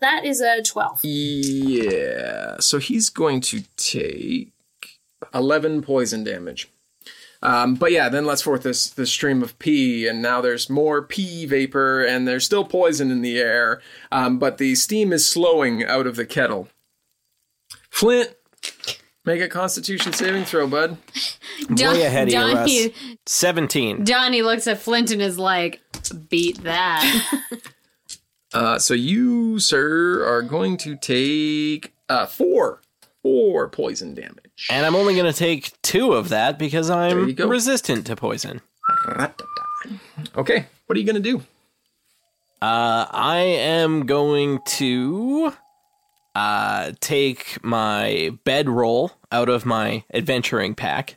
[SPEAKER 5] That is a twelve.
[SPEAKER 2] yeah so he's going to take 11 poison damage um, but yeah, then lets forth this this stream of pee, and now there's more pee vapor, and there's still poison in the air. Um, but the steam is slowing out of the kettle. Flint, make a Constitution saving throw, bud.
[SPEAKER 3] Don-
[SPEAKER 1] Way ahead of you,
[SPEAKER 3] Donnie,
[SPEAKER 1] Russ. 17.
[SPEAKER 3] Donnie looks at Flint and is like, beat that.
[SPEAKER 2] Uh, so you, sir, are going to take uh, four four poison damage.
[SPEAKER 1] And I'm only going to take two of that because
[SPEAKER 2] There
[SPEAKER 1] I'm
[SPEAKER 2] you go.
[SPEAKER 1] resistant to poison.
[SPEAKER 2] Okay, what are you gonna do?
[SPEAKER 1] Uh, I am going to uh, take my bedroll out of my adventuring pack,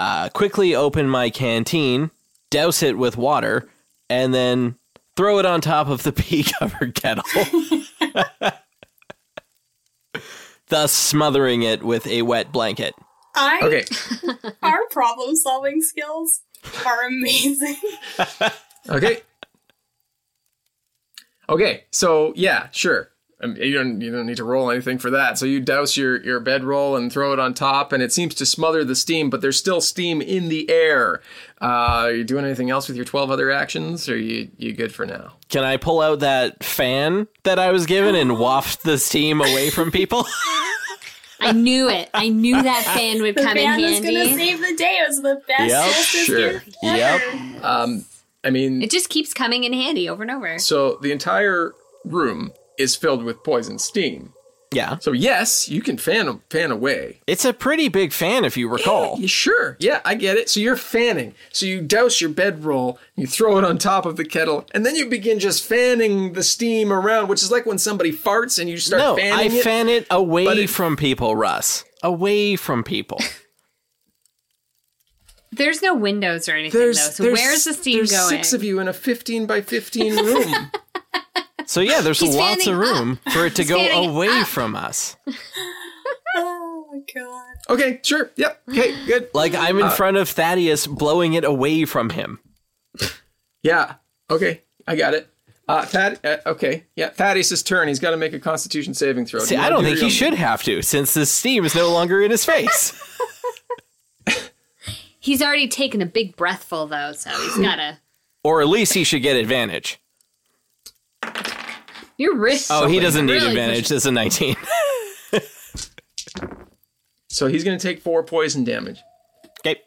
[SPEAKER 1] uh, quickly open my canteen, douse it with water, and then throw it on top of the pea covered kettle. Thus, smothering it with a wet blanket.
[SPEAKER 5] I
[SPEAKER 2] Okay,
[SPEAKER 5] our problem solving skills are amazing.
[SPEAKER 2] Okay. okay. So yeah, sure. Um, you don't you don't need to roll anything for that. So you douse your your bedroll and throw it on top, and it seems to smother the steam, but there's still steam in the air. Uh, are you doing anything else with your twelve other actions? Or you you good for now?
[SPEAKER 1] Can I pull out that fan that I was given and waft the steam away from people?
[SPEAKER 3] I knew it. I knew that fan would come in
[SPEAKER 5] Man that's gonna
[SPEAKER 3] handy.
[SPEAKER 5] save the day. It was the best.
[SPEAKER 1] Yep,
[SPEAKER 5] solstice
[SPEAKER 2] sure.
[SPEAKER 5] gift
[SPEAKER 1] Yep.
[SPEAKER 5] ever.
[SPEAKER 2] Um, I mean,
[SPEAKER 3] It just keeps coming in handy over and over.
[SPEAKER 2] so the entire room is filled with poison steam.
[SPEAKER 1] yeah.
[SPEAKER 2] So yes, you can fan fan away,
[SPEAKER 1] It's a pretty big fan, if you recall.
[SPEAKER 2] Yeah, sure. Yeah, I get it. So you're fanning. So you douse your bedroll, you throw it on top of the kettle, and then you begin just fanning the steam around, which is like when somebody farts and you start
[SPEAKER 1] No, I
[SPEAKER 2] fanning it.
[SPEAKER 1] fan it away
[SPEAKER 2] but it-
[SPEAKER 1] from people, Russ. Away from people.
[SPEAKER 3] There's no windows or anything, though. So where's the steam
[SPEAKER 2] there's
[SPEAKER 3] going?
[SPEAKER 2] six of you in a 15 by 15 room.
[SPEAKER 1] So yeah, there's
[SPEAKER 3] He's
[SPEAKER 1] lots of
[SPEAKER 3] fanning
[SPEAKER 1] room for it to go
[SPEAKER 3] fanning
[SPEAKER 1] away from us.
[SPEAKER 5] Oh my god.
[SPEAKER 2] okay, sure. Yep. Okay, good.
[SPEAKER 1] Like I'm in front of Thaddeus, blowing it away from him.
[SPEAKER 2] Yeah. Okay, I got it. Uh, Thad, uh, okay. Yeah, Thaddeus' turn. He's got to make a constitution saving throw. Do
[SPEAKER 1] See,
[SPEAKER 2] you
[SPEAKER 1] I
[SPEAKER 2] wanna
[SPEAKER 1] don't
[SPEAKER 2] do
[SPEAKER 1] think he
[SPEAKER 2] your own-
[SPEAKER 1] should have to, since the steam is no longer in his face.
[SPEAKER 3] He's already taken a big breathful, though, so he's gotta.
[SPEAKER 1] or at least he should get advantage.
[SPEAKER 3] You're rich.
[SPEAKER 1] Oh, he doesn't need
[SPEAKER 3] Really
[SPEAKER 1] advantage. This is a 19.
[SPEAKER 2] So he's going to take four poison damage.
[SPEAKER 1] okay.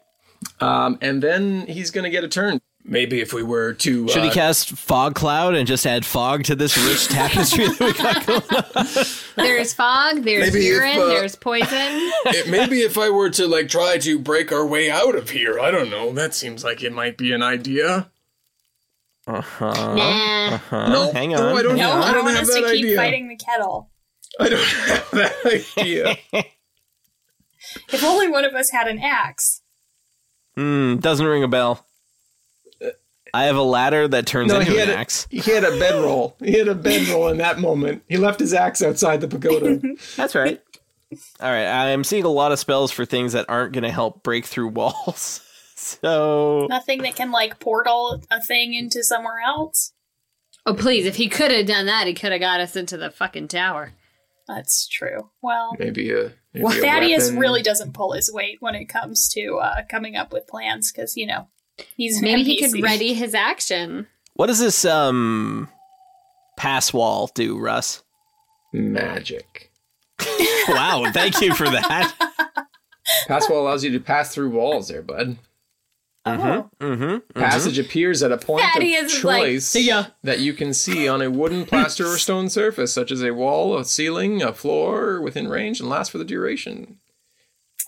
[SPEAKER 2] Um, and then he's going to get a turn. Maybe if we were to.
[SPEAKER 1] Should he
[SPEAKER 2] uh,
[SPEAKER 1] cast fog cloud and just add fog to this rich tapestry that we got going on?
[SPEAKER 3] There's fog, there's
[SPEAKER 2] Maybe if,
[SPEAKER 3] urine,
[SPEAKER 2] uh,
[SPEAKER 3] there's poison.
[SPEAKER 2] it- maybe if I were to like try to break our way out of here, I don't know. That seems like it might be an idea.
[SPEAKER 1] Uh-huh.
[SPEAKER 3] nah.
[SPEAKER 1] Uh-huh.
[SPEAKER 2] no,
[SPEAKER 1] hang
[SPEAKER 2] no,
[SPEAKER 1] on.
[SPEAKER 2] I
[SPEAKER 1] hang
[SPEAKER 2] don't
[SPEAKER 5] No,
[SPEAKER 2] I
[SPEAKER 5] I,
[SPEAKER 2] don't
[SPEAKER 5] want
[SPEAKER 2] have
[SPEAKER 5] us to
[SPEAKER 2] that
[SPEAKER 5] keep
[SPEAKER 2] idea.
[SPEAKER 5] fighting the kettle.
[SPEAKER 2] I don't have that idea.
[SPEAKER 5] If only one of us had an axe.
[SPEAKER 1] on. Mm, doesn't ring a bell. I have a ladder that turns
[SPEAKER 2] No,
[SPEAKER 1] into
[SPEAKER 2] he
[SPEAKER 1] an
[SPEAKER 2] had a-
[SPEAKER 1] axe.
[SPEAKER 2] He had a bedroll. He had a bedroll in that moment. He left his axe outside the pagoda.
[SPEAKER 1] That's right. All right, I am seeing a lot of spells for things that aren't going to help break through walls. So
[SPEAKER 5] Nothing that can like portal a thing into somewhere else.
[SPEAKER 3] Oh, please, if he could have done that, he could have got us into the fucking tower.
[SPEAKER 5] That's true. Well,
[SPEAKER 2] Maybe a. Maybe
[SPEAKER 5] well
[SPEAKER 2] a
[SPEAKER 5] Thaddeus
[SPEAKER 2] weapon.
[SPEAKER 5] really doesn't pull his weight when it comes to uh, coming up with plans because you know he's an
[SPEAKER 3] Maybe he
[SPEAKER 5] NPC.
[SPEAKER 3] could ready his action.
[SPEAKER 1] what does this um pass wall do, Russ?
[SPEAKER 2] magic.
[SPEAKER 1] wow, thank you for that.
[SPEAKER 2] Passwall allows you to pass through walls, there, bud.
[SPEAKER 1] Mm-hmm. Mm-hmm.
[SPEAKER 2] Passage appears at a point of
[SPEAKER 3] Thaddeus is like,
[SPEAKER 2] choice that you can see on a wooden, plaster, or stone surface, such as a wall, a ceiling, a floor, within range, and lasts for the duration.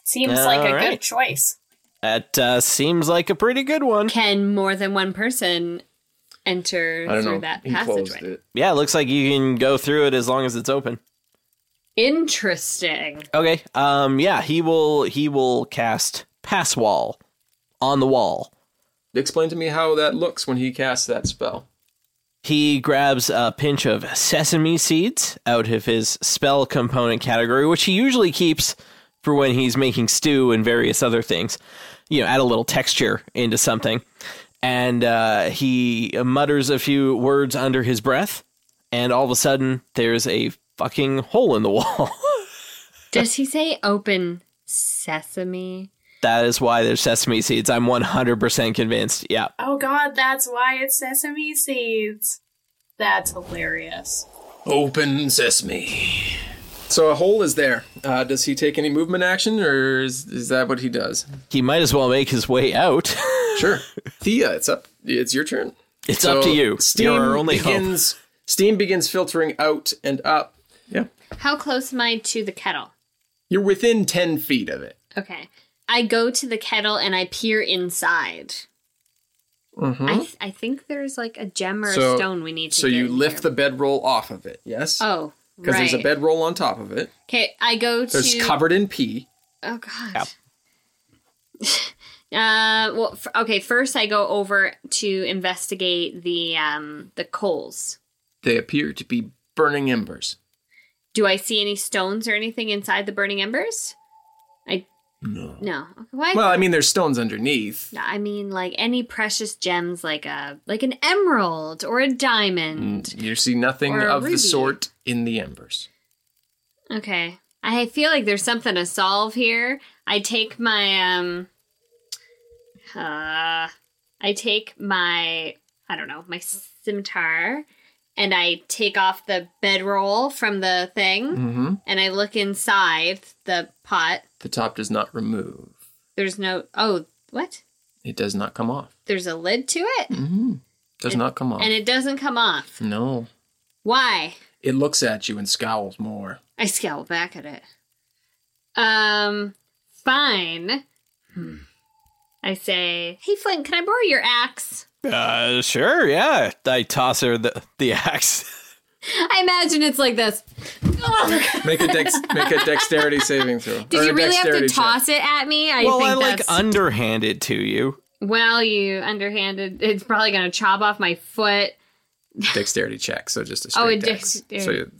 [SPEAKER 5] Seems like a
[SPEAKER 1] Alright.
[SPEAKER 5] good choice.
[SPEAKER 1] That uh, seems like a pretty good one.
[SPEAKER 3] Can more than one person enter
[SPEAKER 2] I don't
[SPEAKER 3] through
[SPEAKER 2] know.
[SPEAKER 3] that
[SPEAKER 2] he closed
[SPEAKER 3] passageway?
[SPEAKER 2] it.
[SPEAKER 1] Yeah, it looks like you can go through it as long as it's open.
[SPEAKER 3] Interesting.
[SPEAKER 1] Okay. Um. Yeah. He will. He will cast pass wall on the wall.
[SPEAKER 2] Explain to me how that looks when he casts that spell.
[SPEAKER 1] He grabs a pinch of sesame seeds out of his spell component category, which he usually keeps for when he's making stew and various other things. You know, add a little texture into something. And uh, he mutters a few words under his breath, and all of a sudden, there's a fucking hole in the wall.
[SPEAKER 3] Does he say open sesame?
[SPEAKER 1] that is why there's sesame seeds. I'm 100% convinced. Yeah.
[SPEAKER 5] Oh God, that's why it's sesame seeds. That's hilarious.
[SPEAKER 2] Open sesame. So a hole is there. Uh, does he take any movement action, or is, is that what he does?
[SPEAKER 1] He might as well make his way out.
[SPEAKER 2] Sure. Thea, it's up. It's your turn.
[SPEAKER 1] it's up to you.
[SPEAKER 2] Steam
[SPEAKER 1] You're our only hope.
[SPEAKER 2] begins. Steam begins filtering out and up. Yeah.
[SPEAKER 3] How close am I to the kettle?
[SPEAKER 2] You're within ten feet of it.
[SPEAKER 3] Okay. I go to the kettle and I peer inside. I, th- I think there's like a gem or
[SPEAKER 2] Mm-hmm. So-
[SPEAKER 3] a stone we need to
[SPEAKER 2] So
[SPEAKER 3] get
[SPEAKER 2] you
[SPEAKER 3] in
[SPEAKER 2] lift
[SPEAKER 3] here.
[SPEAKER 2] the bedroll off of it. Yes.
[SPEAKER 3] Oh,
[SPEAKER 2] Because
[SPEAKER 3] right.
[SPEAKER 2] there's a bedroll on top of it.
[SPEAKER 3] Okay, I go to.
[SPEAKER 2] There's covered in pee.
[SPEAKER 3] Oh god. Uh well f- okay first I go over to investigate the um the coals.
[SPEAKER 2] They appear to be burning embers.
[SPEAKER 3] Do I see any stones or anything inside the burning embers? I no no okay, why?
[SPEAKER 2] Well, I mean, there's stones underneath.
[SPEAKER 3] I mean like any precious gems like a like an emerald or a diamond.
[SPEAKER 2] Mm, You see nothing
[SPEAKER 3] Or a
[SPEAKER 2] of the
[SPEAKER 3] ruby.
[SPEAKER 2] sort in the embers.
[SPEAKER 3] Okay. I feel like there's something to solve here. I take my um uh I take my I don't know, my scimitar and I take off the bedroll from the thing
[SPEAKER 2] Mm-hmm.
[SPEAKER 3] and I look inside the pot.
[SPEAKER 2] The top does not remove.
[SPEAKER 3] There's no Oh, what?
[SPEAKER 2] It does not come off.
[SPEAKER 3] There's a lid to it
[SPEAKER 2] Mm-hmm. Does not come off.
[SPEAKER 3] and it doesn't come off.
[SPEAKER 2] no.
[SPEAKER 3] Why?
[SPEAKER 2] It looks at you and scowls more.
[SPEAKER 3] I scowl back at it. Um, fine.
[SPEAKER 2] Hmm.
[SPEAKER 3] I say, hey, Flint, can I borrow your axe?
[SPEAKER 1] Uh, sure, yeah. I toss her the, the axe.
[SPEAKER 3] I imagine it's like this. Ugh.
[SPEAKER 2] Make a dex- make a dexterity saving throw.
[SPEAKER 3] Did
[SPEAKER 2] Or
[SPEAKER 3] you
[SPEAKER 2] a
[SPEAKER 3] really have to
[SPEAKER 2] dexterity check.
[SPEAKER 3] toss it at me? I
[SPEAKER 1] well,
[SPEAKER 3] think
[SPEAKER 1] I like
[SPEAKER 3] that's.
[SPEAKER 1] underhand it to you.
[SPEAKER 3] well, you underhanded. It's probably going to chop off my foot.
[SPEAKER 2] Dexterity check. So just a straight
[SPEAKER 3] Oh, a
[SPEAKER 2] dex.
[SPEAKER 3] dexterity.
[SPEAKER 2] So you-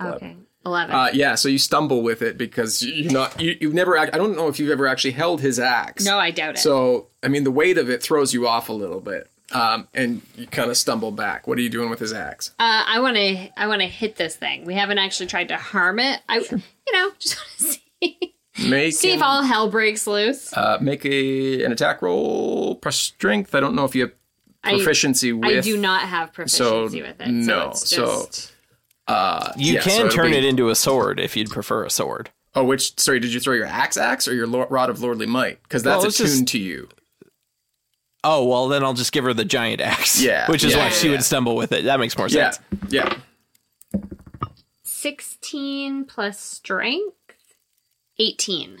[SPEAKER 3] Okay, eleven.
[SPEAKER 2] uh, yeah. So you stumble with it because you- you're not. You, you've never. Act- I don't know if you've ever actually held his axe.
[SPEAKER 3] no, I doubt it.
[SPEAKER 2] So I mean, the weight of it throws you off a little bit, um, and you kind of stumble back. What are you doing with his axe?
[SPEAKER 3] uh, I want to. I want to hit this thing. We haven't actually tried to harm it. I, you know, just want to see
[SPEAKER 2] Make
[SPEAKER 3] see if
[SPEAKER 2] an-
[SPEAKER 3] all hell breaks loose.
[SPEAKER 2] uh, make a an attack roll plus strength. I don't know if you have
[SPEAKER 3] I-
[SPEAKER 2] proficiency with.
[SPEAKER 3] I do not have
[SPEAKER 2] So
[SPEAKER 3] proficiency with it.
[SPEAKER 2] no.
[SPEAKER 3] so, it's
[SPEAKER 2] So,
[SPEAKER 3] just,
[SPEAKER 2] uh,
[SPEAKER 1] You
[SPEAKER 2] yeah, so
[SPEAKER 1] can
[SPEAKER 2] it'll
[SPEAKER 1] turn
[SPEAKER 2] be-
[SPEAKER 1] it into a sword if you'd prefer a sword.
[SPEAKER 2] Oh, which sorry, did you throw your axe axe or your lo- rod of lordly might? Because that's
[SPEAKER 1] Well,
[SPEAKER 2] attuned
[SPEAKER 1] it's just-
[SPEAKER 2] to you.
[SPEAKER 1] Oh well, then I'll just give her the giant axe.
[SPEAKER 2] Yeah,
[SPEAKER 1] which is
[SPEAKER 2] yeah,
[SPEAKER 1] why
[SPEAKER 2] yeah,
[SPEAKER 1] she
[SPEAKER 2] yeah.
[SPEAKER 1] would stumble with it. That makes more
[SPEAKER 2] Yeah,
[SPEAKER 1] sense.
[SPEAKER 2] yeah.
[SPEAKER 3] 16 plus strength 18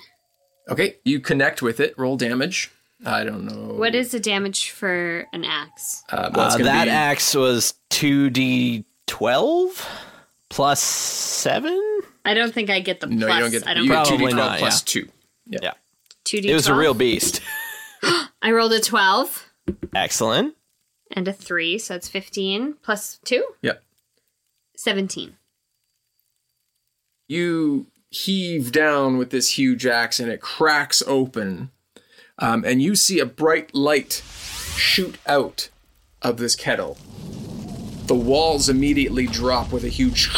[SPEAKER 2] Okay, you connect with it. Roll damage. I don't know.
[SPEAKER 3] what is the damage for an axe
[SPEAKER 2] uh, well, it's
[SPEAKER 1] Uh,
[SPEAKER 2] gonna
[SPEAKER 1] that
[SPEAKER 2] be-
[SPEAKER 1] axe was two d twelve plus seven.
[SPEAKER 3] i don't think i get the
[SPEAKER 2] No,
[SPEAKER 3] plus
[SPEAKER 2] you don't get.
[SPEAKER 3] i don't
[SPEAKER 2] you
[SPEAKER 3] get
[SPEAKER 2] get
[SPEAKER 1] Probably
[SPEAKER 2] 2d12
[SPEAKER 1] not,
[SPEAKER 2] plus
[SPEAKER 1] yeah.
[SPEAKER 2] two. Yeah.
[SPEAKER 1] Yeah,
[SPEAKER 3] 2d
[SPEAKER 1] it was a real beast.
[SPEAKER 3] i rolled a 12
[SPEAKER 1] Excellent.
[SPEAKER 3] and a 3 so that's 15 plus 2
[SPEAKER 2] Yep.
[SPEAKER 3] 17
[SPEAKER 2] you heave down with this huge axe and it cracks open um, and you see a bright light shoot out of this kettle the walls immediately drop with a huge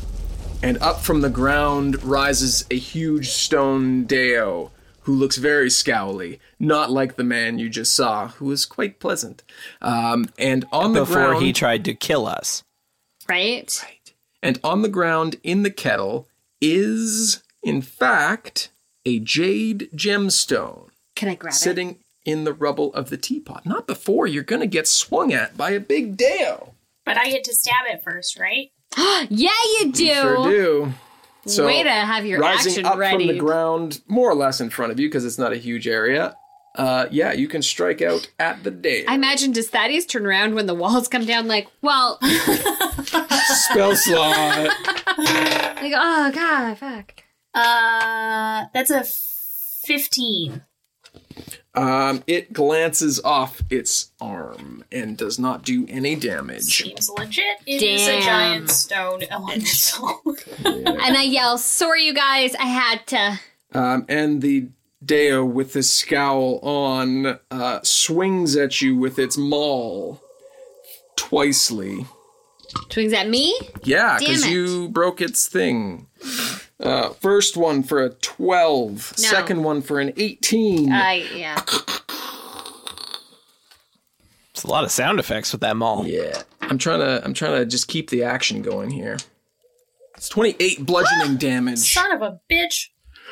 [SPEAKER 2] and up from the ground rises a huge stone deo who looks very scowly not like the man you just saw who is quite pleasant um, and on the
[SPEAKER 1] Before
[SPEAKER 2] ground
[SPEAKER 1] he tried to kill us.
[SPEAKER 3] right
[SPEAKER 2] and on the ground in the kettle is, in fact, a jade gemstone
[SPEAKER 3] can i grab it
[SPEAKER 2] sitting in the rubble of the teapot. Not before you're going to get swung at by a big Deo.
[SPEAKER 5] But I get to stab it first, right?
[SPEAKER 3] yeah you do,
[SPEAKER 2] You sure do. So
[SPEAKER 3] way to have your
[SPEAKER 2] rising
[SPEAKER 3] action
[SPEAKER 2] up
[SPEAKER 3] ready
[SPEAKER 2] from the ground, more or less in front of you, because it's not a huge area. Uh, yeah, you can strike out at the Deo.
[SPEAKER 3] I imagine does Thaddeus turn around when the walls come down like, well, like
[SPEAKER 2] Spell slot.
[SPEAKER 3] oh god, fuck.
[SPEAKER 5] Uh, that's a fifteen.
[SPEAKER 2] um, it glances off its arm and does not do any damage.
[SPEAKER 5] Seems legit. It is a
[SPEAKER 3] Damn.
[SPEAKER 5] giant stone elemental.
[SPEAKER 3] And I yell, "Sorry, you guys, I had to."
[SPEAKER 2] Um, and the Deo, with the scowl on, uh, swings at you with its maul twicely.
[SPEAKER 3] Swings at me.
[SPEAKER 2] Yeah,
[SPEAKER 3] Damn
[SPEAKER 2] because
[SPEAKER 3] it.
[SPEAKER 2] you broke its thing. Uh, first one for a 12,
[SPEAKER 3] No. Uh,
[SPEAKER 2] second one for an 18.
[SPEAKER 3] I yeah.
[SPEAKER 1] It's a lot of sound effects with that maul.
[SPEAKER 2] yeah, I'm trying to I'm trying to just keep the action going here. It's 28 bludgeoning damage.
[SPEAKER 5] Son of a bitch.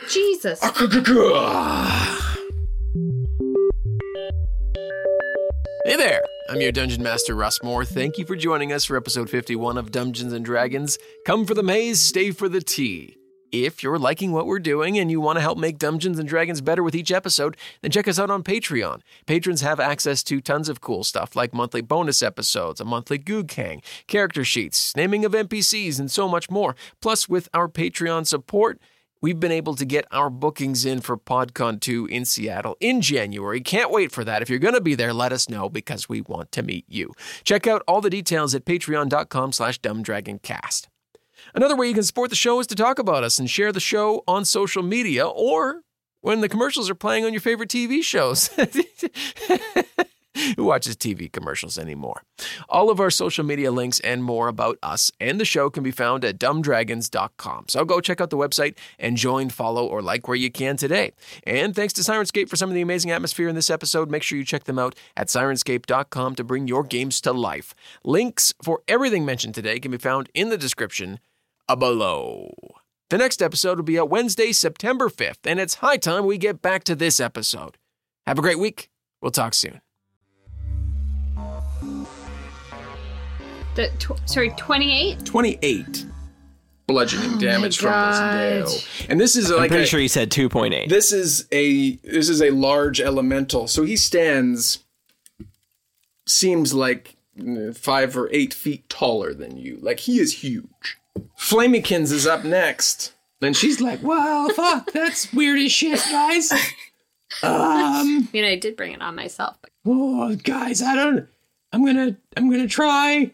[SPEAKER 3] Jesus.
[SPEAKER 7] Hey there! I'm your Dungeon Master, Russ Moore. Thank you for joining us for episode 51 of Dungeons and Dragons. Come for the maze, stay for the tea. If you're liking what we're doing and you want to help make Dungeons and Dragons better with each episode, then check us out on Patreon. Patrons have access to tons of cool stuff like monthly bonus episodes, a monthly Goog Hang, character sheets, naming of NPCs, and so much more. Plus, with our Patreon support, We've been able to get our bookings in for PodCon 2 in Seattle in January. Can't wait for that. If you're going to be there, let us know because we want to meet you. Check out all the details at patreon.com slash dumbdragoncast. Another way you can support the show is to talk about us and share the show on social media or when the commercials are playing on your favorite TV shows. Who watches TV commercials anymore? All of our social media links and more about us and the show can be found at dumbdragons.com. So go check out the website and join, follow, or like where you can today. And thanks to Sirenscape for some of the amazing atmosphere in this episode. Make sure you check them out at sirenscape.com to bring your games to life. Links for everything mentioned today can be found in the description uh, below. The next episode will be out Wednesday, September 5th, and it's high time we get back to this episode. Have a great week. We'll talk soon.
[SPEAKER 3] The tw- sorry, twenty-eight.
[SPEAKER 2] 28 bludgeoning damage from
[SPEAKER 3] God.
[SPEAKER 2] this Deo. And this is like
[SPEAKER 1] I'm pretty
[SPEAKER 2] a-
[SPEAKER 1] sure you said two point eight.
[SPEAKER 2] This is a this is a large elemental. So he stands seems like mm, five or eight feet taller than you. Like he is huge. Flamikins is up next. And she's like, Well fuck, that's weird as shit, guys. Um
[SPEAKER 3] I mean, I did bring it on myself. But
[SPEAKER 2] oh, guys, I don't I'm gonna I'm gonna try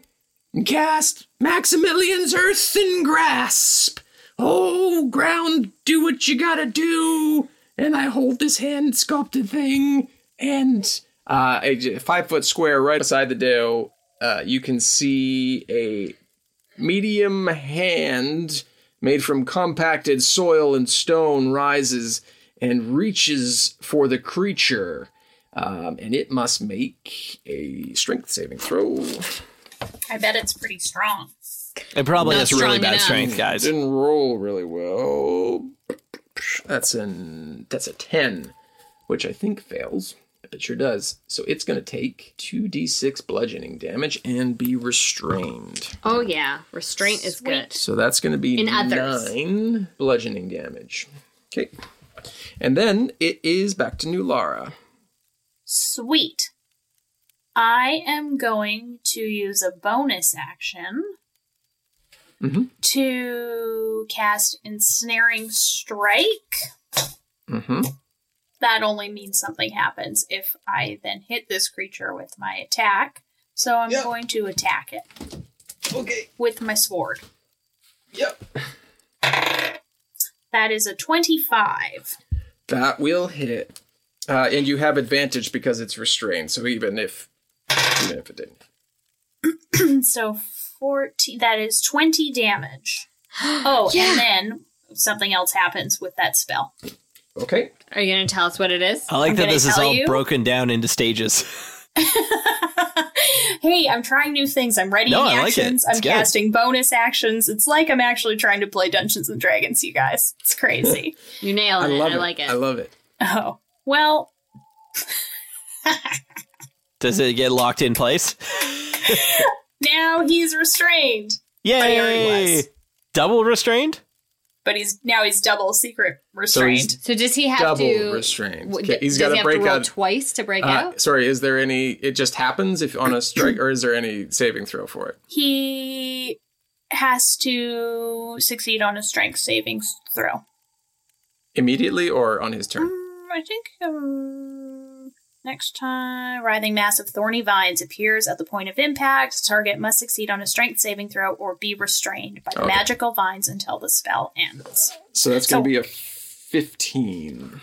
[SPEAKER 2] and cast Maximilian's Earthen Grasp. Oh, ground, do what you gotta do. And I hold this hand sculpted thing, and uh, a j- five foot square right beside the dough, uh, you can see a medium hand made from compacted soil and stone rises and reaches for the creature. Um, and it must make a strength saving throw.
[SPEAKER 5] I bet it's pretty strong.
[SPEAKER 1] It probably
[SPEAKER 3] Not
[SPEAKER 1] has really
[SPEAKER 3] strong
[SPEAKER 1] bad
[SPEAKER 3] enough.
[SPEAKER 1] strength, guys.
[SPEAKER 2] Didn't roll really well, That's an that's a ten, which I think fails. It sure does. So it's gonna take two d six bludgeoning damage and be restrained.
[SPEAKER 3] Oh yeah, restraint is good.
[SPEAKER 2] So that's gonna be
[SPEAKER 3] In others.
[SPEAKER 2] nine bludgeoning damage. Okay, and then it is back to new Lara.
[SPEAKER 5] Sweet. I am going to use a bonus action
[SPEAKER 2] Mhm.
[SPEAKER 5] to cast Ensnaring Strike.
[SPEAKER 2] Mm-hmm.
[SPEAKER 5] That only means something happens if I then hit this creature with my attack. So I'm going to attack it
[SPEAKER 2] Okay.
[SPEAKER 5] with my sword.
[SPEAKER 2] Yep.
[SPEAKER 5] That is a 25.
[SPEAKER 2] That will hit. Uh, and you have advantage because it's restrained. So even if even if it didn't.
[SPEAKER 5] so 14 that is 20 damage oh and then something else happens with that spell
[SPEAKER 2] Okay.
[SPEAKER 3] Are you gonna tell us what it is?
[SPEAKER 1] I like
[SPEAKER 5] I'm
[SPEAKER 1] that
[SPEAKER 5] gonna
[SPEAKER 1] this is
[SPEAKER 5] tell
[SPEAKER 1] all
[SPEAKER 5] you.
[SPEAKER 1] broken down into stages.
[SPEAKER 5] hey i'm trying new things i'm readying
[SPEAKER 1] No, I like it.
[SPEAKER 5] actions
[SPEAKER 1] It's
[SPEAKER 5] i'm
[SPEAKER 1] good.
[SPEAKER 5] casting bonus actions it's like i'm actually trying to play dungeons and dragons you guys it's crazy
[SPEAKER 3] You nailed
[SPEAKER 2] I
[SPEAKER 3] it.
[SPEAKER 2] love
[SPEAKER 3] I
[SPEAKER 2] it.
[SPEAKER 3] like it.
[SPEAKER 2] I love it.
[SPEAKER 5] oh well
[SPEAKER 1] Does it get locked in place?
[SPEAKER 5] now he's restrained but he already
[SPEAKER 1] Yay!
[SPEAKER 5] was
[SPEAKER 1] Double restrained?
[SPEAKER 5] but he's now he's double secret restrained
[SPEAKER 2] he's-
[SPEAKER 3] so does he have
[SPEAKER 2] Double
[SPEAKER 3] to
[SPEAKER 2] restrained.
[SPEAKER 3] w-
[SPEAKER 2] Okay,
[SPEAKER 3] d-
[SPEAKER 2] he's
[SPEAKER 3] does
[SPEAKER 2] gotta
[SPEAKER 3] he have
[SPEAKER 2] break
[SPEAKER 3] to roll
[SPEAKER 2] out-
[SPEAKER 3] twice to break
[SPEAKER 2] Uh,
[SPEAKER 3] out.
[SPEAKER 2] sorry, is there any it just happens if on a strike or is there any saving throw for it?
[SPEAKER 5] he has to succeed on a strength savings throw
[SPEAKER 2] Immediately or on his turn?
[SPEAKER 5] Mm, I think um, next time, writhing mass of thorny vines appears at the point of impact. Target must succeed on a strength saving throw or be restrained by the
[SPEAKER 2] Okay.
[SPEAKER 5] magical vines until the spell ends.
[SPEAKER 2] So that's gonna
[SPEAKER 5] So-
[SPEAKER 2] be a fifteen.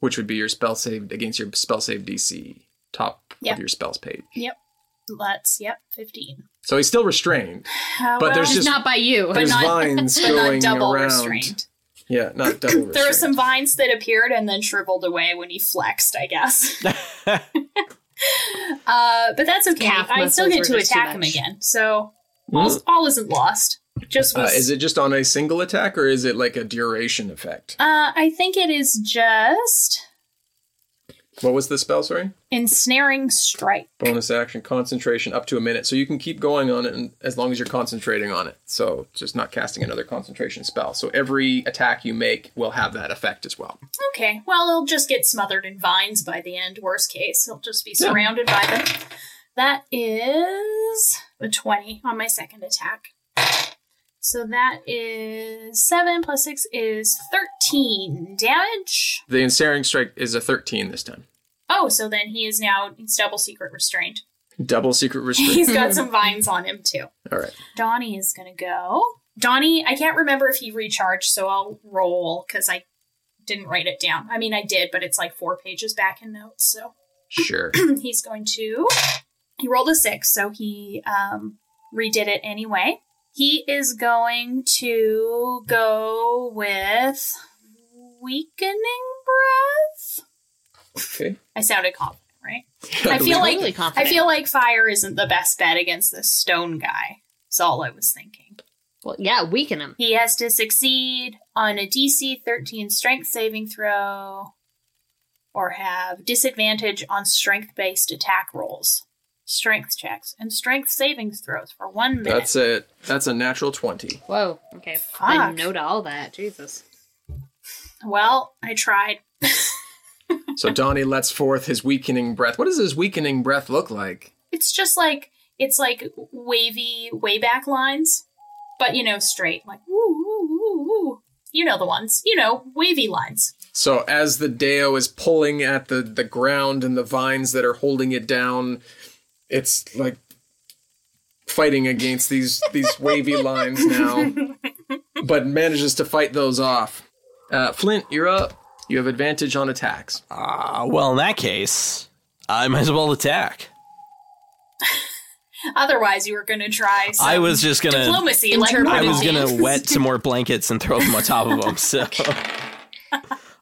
[SPEAKER 2] Which would be your spell save against your spell save DC, top
[SPEAKER 5] Yep.
[SPEAKER 2] of your spells page.
[SPEAKER 5] Yep. Let's. Yep. Fifteen.
[SPEAKER 2] So he's still restrained.
[SPEAKER 5] Uh,
[SPEAKER 2] But there's
[SPEAKER 3] Just
[SPEAKER 2] just-
[SPEAKER 3] not by you.
[SPEAKER 2] There's
[SPEAKER 5] not-
[SPEAKER 2] vines
[SPEAKER 5] but
[SPEAKER 2] going
[SPEAKER 5] not double
[SPEAKER 2] around.
[SPEAKER 5] restrained.
[SPEAKER 2] Yeah, not double restrained.
[SPEAKER 5] There were some vines that appeared and then shriveled away when he flexed. I guess. uh, but that's okay.
[SPEAKER 3] Calf
[SPEAKER 5] I still
[SPEAKER 3] muscles
[SPEAKER 5] get
[SPEAKER 3] were
[SPEAKER 5] to
[SPEAKER 3] just too
[SPEAKER 5] attack him
[SPEAKER 3] much.
[SPEAKER 5] again, so all, all isn't lost. Just
[SPEAKER 2] Hmm? Uh,
[SPEAKER 5] was
[SPEAKER 2] is it just on a single attack or is it like a duration effect?
[SPEAKER 5] Uh, I think it is just
[SPEAKER 2] What was the spell, sorry?
[SPEAKER 5] ensnaring strike.
[SPEAKER 2] Bonus action, concentration up to a minute. So you can keep going on it and- as long as you're concentrating on it. So just not casting another concentration spell. So every attack you make will have that effect as well.
[SPEAKER 5] Okay, well, he'll just get smothered in vines by the end. Worst case, he'll just be
[SPEAKER 2] Yeah.
[SPEAKER 5] surrounded by them. That is a 20 on my second attack. So that is 7 plus 6 is 13 damage.
[SPEAKER 2] The ensnaring strike is a 13 this time.
[SPEAKER 5] Oh, so then he is now he's double secret restrained.
[SPEAKER 2] Double secret restraint.
[SPEAKER 5] He's got some vines on him too.
[SPEAKER 2] All right.
[SPEAKER 5] Donnie is going to go. Donnie, I can't remember if he recharged, so I'll roll because I didn't write it down. I mean, I did, but it's like four pages back in notes. So
[SPEAKER 2] Sure.
[SPEAKER 5] he's going to. He rolled a six, so he um, redid it anyway. He is going to go with weakening breath.
[SPEAKER 2] Okay.
[SPEAKER 5] I sounded confident, right?
[SPEAKER 2] I
[SPEAKER 5] I feel like
[SPEAKER 3] Totally
[SPEAKER 5] I
[SPEAKER 3] confident.
[SPEAKER 5] feel like fire isn't the best bet against this stone guy. That's all I was thinking.
[SPEAKER 3] well, yeah, um, weaken him.
[SPEAKER 5] He has to succeed on a DC 13 strength saving throw or have disadvantage on strength based attack rolls, strength checks, and strength savings throws for one minute.
[SPEAKER 2] That's it. That's a natural 20.
[SPEAKER 3] Whoa. Okay. I
[SPEAKER 5] Fuck.
[SPEAKER 3] know to all that. Jesus.
[SPEAKER 5] Well, I tried.
[SPEAKER 2] So Donnie lets forth his weakening breath. What does his weakening breath look like?
[SPEAKER 5] It's just like it's like wavy way back lines, but you know, straight like woo woo woo woo. You know the ones. You know, wavy lines.
[SPEAKER 2] So as the Deo is pulling at the, the ground and the vines that are holding it down, it's like fighting against these these wavy lines now, but manages to fight those off. Uh, Flint, you're up. You have advantage on attacks.
[SPEAKER 1] Uh, well, in that case, I might as well attack.
[SPEAKER 5] Otherwise, you were going to try some
[SPEAKER 1] I was just gonna.
[SPEAKER 5] diplomacy like
[SPEAKER 1] I
[SPEAKER 3] Interpretive.
[SPEAKER 1] was gonna
[SPEAKER 3] Diplomacy.
[SPEAKER 1] wet some more blankets and throw them on top of them. So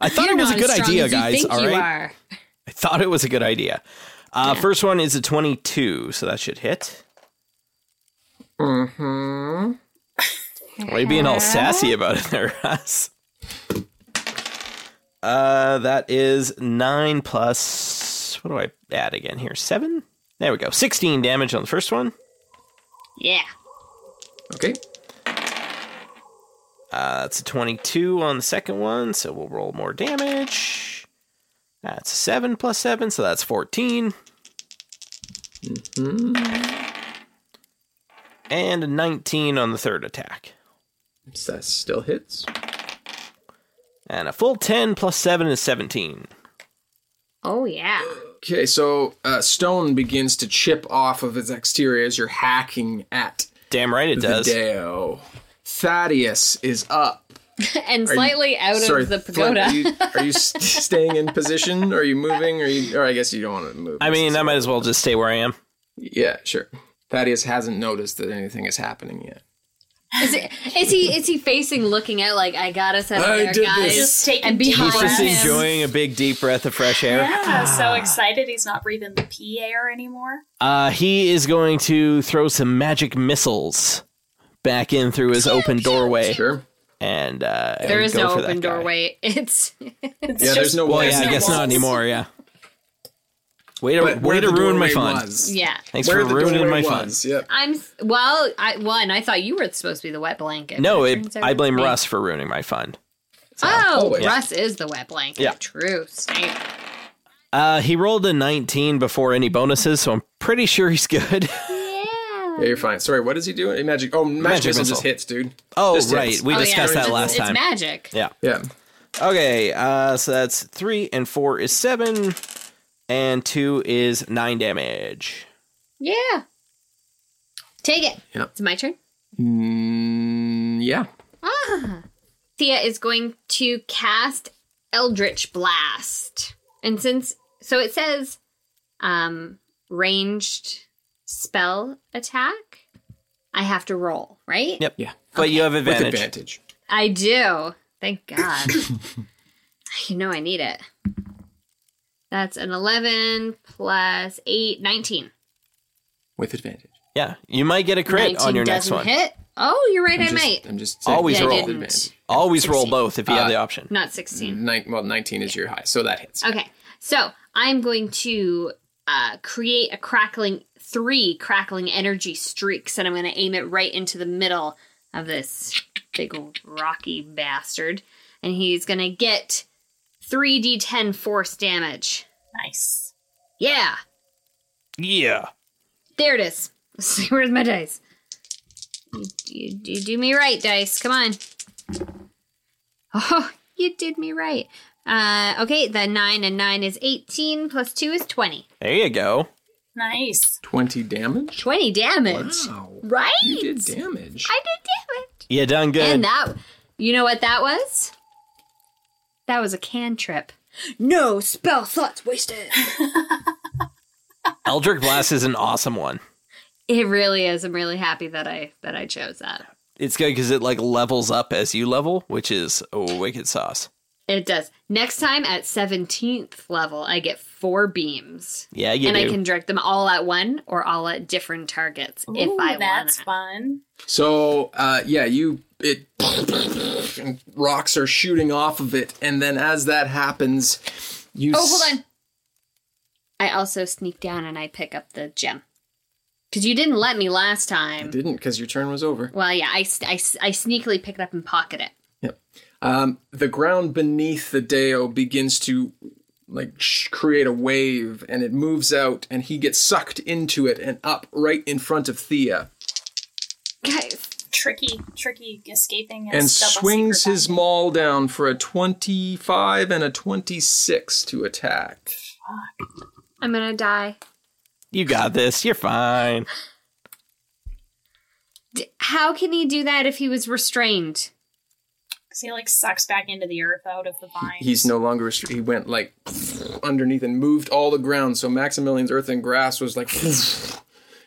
[SPEAKER 1] I thought it was a
[SPEAKER 3] not
[SPEAKER 1] good
[SPEAKER 3] as strong
[SPEAKER 1] idea,
[SPEAKER 3] as you
[SPEAKER 1] guys.
[SPEAKER 3] think
[SPEAKER 1] All
[SPEAKER 3] you
[SPEAKER 1] right,
[SPEAKER 3] are.
[SPEAKER 1] I thought it was a good idea. Uh, First one is a twenty-two, so that should hit.
[SPEAKER 2] Mm-hmm.
[SPEAKER 1] Why are you being all sassy about it there, Russ? Uh, that is nine plus. What do I add again here? Seven. There we go. Sixteen damage on the first one.
[SPEAKER 3] Yeah.
[SPEAKER 7] Okay.
[SPEAKER 1] Uh, that's a twenty-two on the second one, so we'll roll more damage. That's seven plus seven, so that's 14 Mm-hmm. And a nineteen on the third attack,
[SPEAKER 7] So that still hits.
[SPEAKER 1] and a full ten plus seven is seventeen.
[SPEAKER 3] Oh yeah.
[SPEAKER 7] Okay,
[SPEAKER 2] So uh, stone begins to chip off of its exterior as you're hacking at
[SPEAKER 1] Damn right it does.
[SPEAKER 2] Video. Thaddeus is up.
[SPEAKER 3] and
[SPEAKER 2] Are you-
[SPEAKER 3] slightly out
[SPEAKER 2] Sorry,
[SPEAKER 3] of the
[SPEAKER 2] Flint,
[SPEAKER 3] pagoda.
[SPEAKER 2] are you, are you st- staying in position? Are you moving? Are you? Or I guess you don't want to move.
[SPEAKER 1] I mean, uh, I might as well just stay where I am.
[SPEAKER 2] yeah, sure. Thaddeus hasn't noticed that anything is happening yet.
[SPEAKER 3] is, it, is he is he facing looking out like I got us out of
[SPEAKER 2] I
[SPEAKER 3] there,
[SPEAKER 2] did
[SPEAKER 3] guys?
[SPEAKER 2] this.
[SPEAKER 5] Just taking
[SPEAKER 3] and
[SPEAKER 5] deep
[SPEAKER 3] behind
[SPEAKER 5] breaths.
[SPEAKER 1] Just
[SPEAKER 5] Awesome.
[SPEAKER 3] him.
[SPEAKER 1] enjoying a big deep breath of fresh air.
[SPEAKER 5] Yeah, so excited he's not breathing the pee air anymore.
[SPEAKER 1] Uh, he is going to throw some magic missiles back in through his open doorway,
[SPEAKER 2] Sure.
[SPEAKER 1] and uh,
[SPEAKER 3] There
[SPEAKER 1] and
[SPEAKER 3] is
[SPEAKER 1] go
[SPEAKER 3] no
[SPEAKER 1] for that
[SPEAKER 3] open
[SPEAKER 1] guy.
[SPEAKER 3] doorway. It's
[SPEAKER 5] It's
[SPEAKER 2] Yeah, there's
[SPEAKER 5] just-
[SPEAKER 2] no
[SPEAKER 1] Well,
[SPEAKER 2] way.
[SPEAKER 1] yeah, I
[SPEAKER 5] no
[SPEAKER 1] guess
[SPEAKER 5] walls.
[SPEAKER 1] not anymore. Yeah. Way to
[SPEAKER 2] But
[SPEAKER 1] way
[SPEAKER 2] where
[SPEAKER 1] to
[SPEAKER 2] the
[SPEAKER 1] ruin my
[SPEAKER 2] doorway
[SPEAKER 1] fun.
[SPEAKER 2] was.
[SPEAKER 3] yeah.
[SPEAKER 1] Thanks
[SPEAKER 2] Where
[SPEAKER 1] for
[SPEAKER 2] the
[SPEAKER 1] ruining my
[SPEAKER 2] doorway
[SPEAKER 1] fun.
[SPEAKER 2] was, Yep.
[SPEAKER 3] I'm well. I one. I thought you were supposed to be the wet blanket.
[SPEAKER 1] No,
[SPEAKER 3] but
[SPEAKER 1] it,
[SPEAKER 3] turns out
[SPEAKER 1] I blame
[SPEAKER 3] me.
[SPEAKER 1] Russ for ruining my fun.
[SPEAKER 3] Oh,
[SPEAKER 2] always.
[SPEAKER 3] Russ is the wet blanket.
[SPEAKER 1] Yeah.
[SPEAKER 3] True. Oh, Snape.
[SPEAKER 1] Uh, he rolled a 19 before any bonuses, so I'm pretty sure he's good.
[SPEAKER 3] Um,
[SPEAKER 2] Yeah, you're fine. Sorry, what is he doing? Hey, Magic. Oh, magic,
[SPEAKER 1] Magic
[SPEAKER 2] missile,
[SPEAKER 1] missile.
[SPEAKER 2] just hits, dude.
[SPEAKER 1] oh,
[SPEAKER 2] Just
[SPEAKER 1] right,
[SPEAKER 2] hits.
[SPEAKER 1] we
[SPEAKER 3] Oh, yeah,
[SPEAKER 1] discussed
[SPEAKER 3] it's-
[SPEAKER 1] that last
[SPEAKER 3] it's
[SPEAKER 1] time.
[SPEAKER 3] magic.
[SPEAKER 1] Yeah.
[SPEAKER 2] Yeah.
[SPEAKER 1] Okay, uh, so that's three and four is seven, and two is nine damage.
[SPEAKER 3] Yeah. Take it.
[SPEAKER 2] Yeah.
[SPEAKER 3] It's my turn.
[SPEAKER 2] Mm, yeah.
[SPEAKER 3] Ah. Thea is going to cast Eldritch Blast. And since so it says um ranged spell attack, I have to roll, right?
[SPEAKER 1] Yep. Yeah. But you have
[SPEAKER 2] With
[SPEAKER 1] advantage.
[SPEAKER 2] advantage.
[SPEAKER 3] I do. Thank God. you know I need it. That's an 11 plus 8, 19.
[SPEAKER 2] With advantage.
[SPEAKER 1] Yeah. You might get a crit
[SPEAKER 3] 19
[SPEAKER 1] on your next
[SPEAKER 3] doesn't
[SPEAKER 1] one.
[SPEAKER 3] hit. Oh, you're right,
[SPEAKER 2] I'm
[SPEAKER 3] I
[SPEAKER 2] just,
[SPEAKER 3] might.
[SPEAKER 2] I'm just
[SPEAKER 1] Always
[SPEAKER 2] saying,
[SPEAKER 3] Yeah, I
[SPEAKER 2] with
[SPEAKER 3] didn't.
[SPEAKER 2] advantage.
[SPEAKER 1] Always roll
[SPEAKER 3] 16.
[SPEAKER 1] both if you
[SPEAKER 2] Uh,
[SPEAKER 1] have the option.
[SPEAKER 3] Not 16.
[SPEAKER 2] Nine, well, 19 is your high, so that hits.
[SPEAKER 3] Okay, so I'm going to uh, create a crackling three crackling energy streaks, and I'm going to aim it right into the middle of this big old rocky bastard, and he's going to get three d10 force damage.
[SPEAKER 5] Nice.
[SPEAKER 3] Yeah,
[SPEAKER 1] Yeah.
[SPEAKER 3] there it is. Let's see, where's my dice? You, you, you do me right, dice. Come on. Oh, you did me right. Uh, okay, the nine and nine is eighteen, plus two is twenty.
[SPEAKER 1] There you go.
[SPEAKER 5] Nice.
[SPEAKER 2] 20 damage?
[SPEAKER 3] 20 damage.
[SPEAKER 2] Wow.
[SPEAKER 3] Right?
[SPEAKER 2] You did damage.
[SPEAKER 3] I did damage.
[SPEAKER 1] You done good.
[SPEAKER 3] And that, you know what that was? That was a cantrip. No spell slots wasted.
[SPEAKER 1] Eldritch Blast is an awesome one.
[SPEAKER 3] It really is. I'm really happy that I that I chose that.
[SPEAKER 1] It's good because it like levels up as you level, which is oh, wicked sauce.
[SPEAKER 3] It does. Next time at 17th level, I get four beams.
[SPEAKER 1] Yeah, you
[SPEAKER 3] and
[SPEAKER 1] do.
[SPEAKER 3] I can direct them all at one or all at different targets if
[SPEAKER 5] Ooh,
[SPEAKER 3] I want.
[SPEAKER 5] that's fun.
[SPEAKER 2] So, uh, yeah, you it and rocks are shooting off of it, and then as that happens, you.
[SPEAKER 3] Oh, hold on. I also sneak down and I pick up the gem. Because you didn't let me last time.
[SPEAKER 2] I didn't because your turn was over.
[SPEAKER 3] Well, yeah, I, s- I s- I sneakily pick it up and pocket it.
[SPEAKER 2] Um, the ground beneath the Deo begins to like sh- create a wave, and it moves out, and he gets sucked into it and up right in front of Thea,
[SPEAKER 3] Guys,
[SPEAKER 5] Tricky, tricky escaping
[SPEAKER 2] and
[SPEAKER 5] double
[SPEAKER 2] swings
[SPEAKER 5] secret
[SPEAKER 2] his
[SPEAKER 5] bag.
[SPEAKER 2] maul down for a twenty-five and a twenty-six to attack.
[SPEAKER 3] I'm gonna die.
[SPEAKER 1] you got this. You're fine.
[SPEAKER 3] D- how can he do that if he was restrained?
[SPEAKER 5] 'Cause he like sucks back into the earth out of the vine.
[SPEAKER 2] He's no longer restri- he went like underneath and moved all the ground, so Maximilian's earth and grass was like,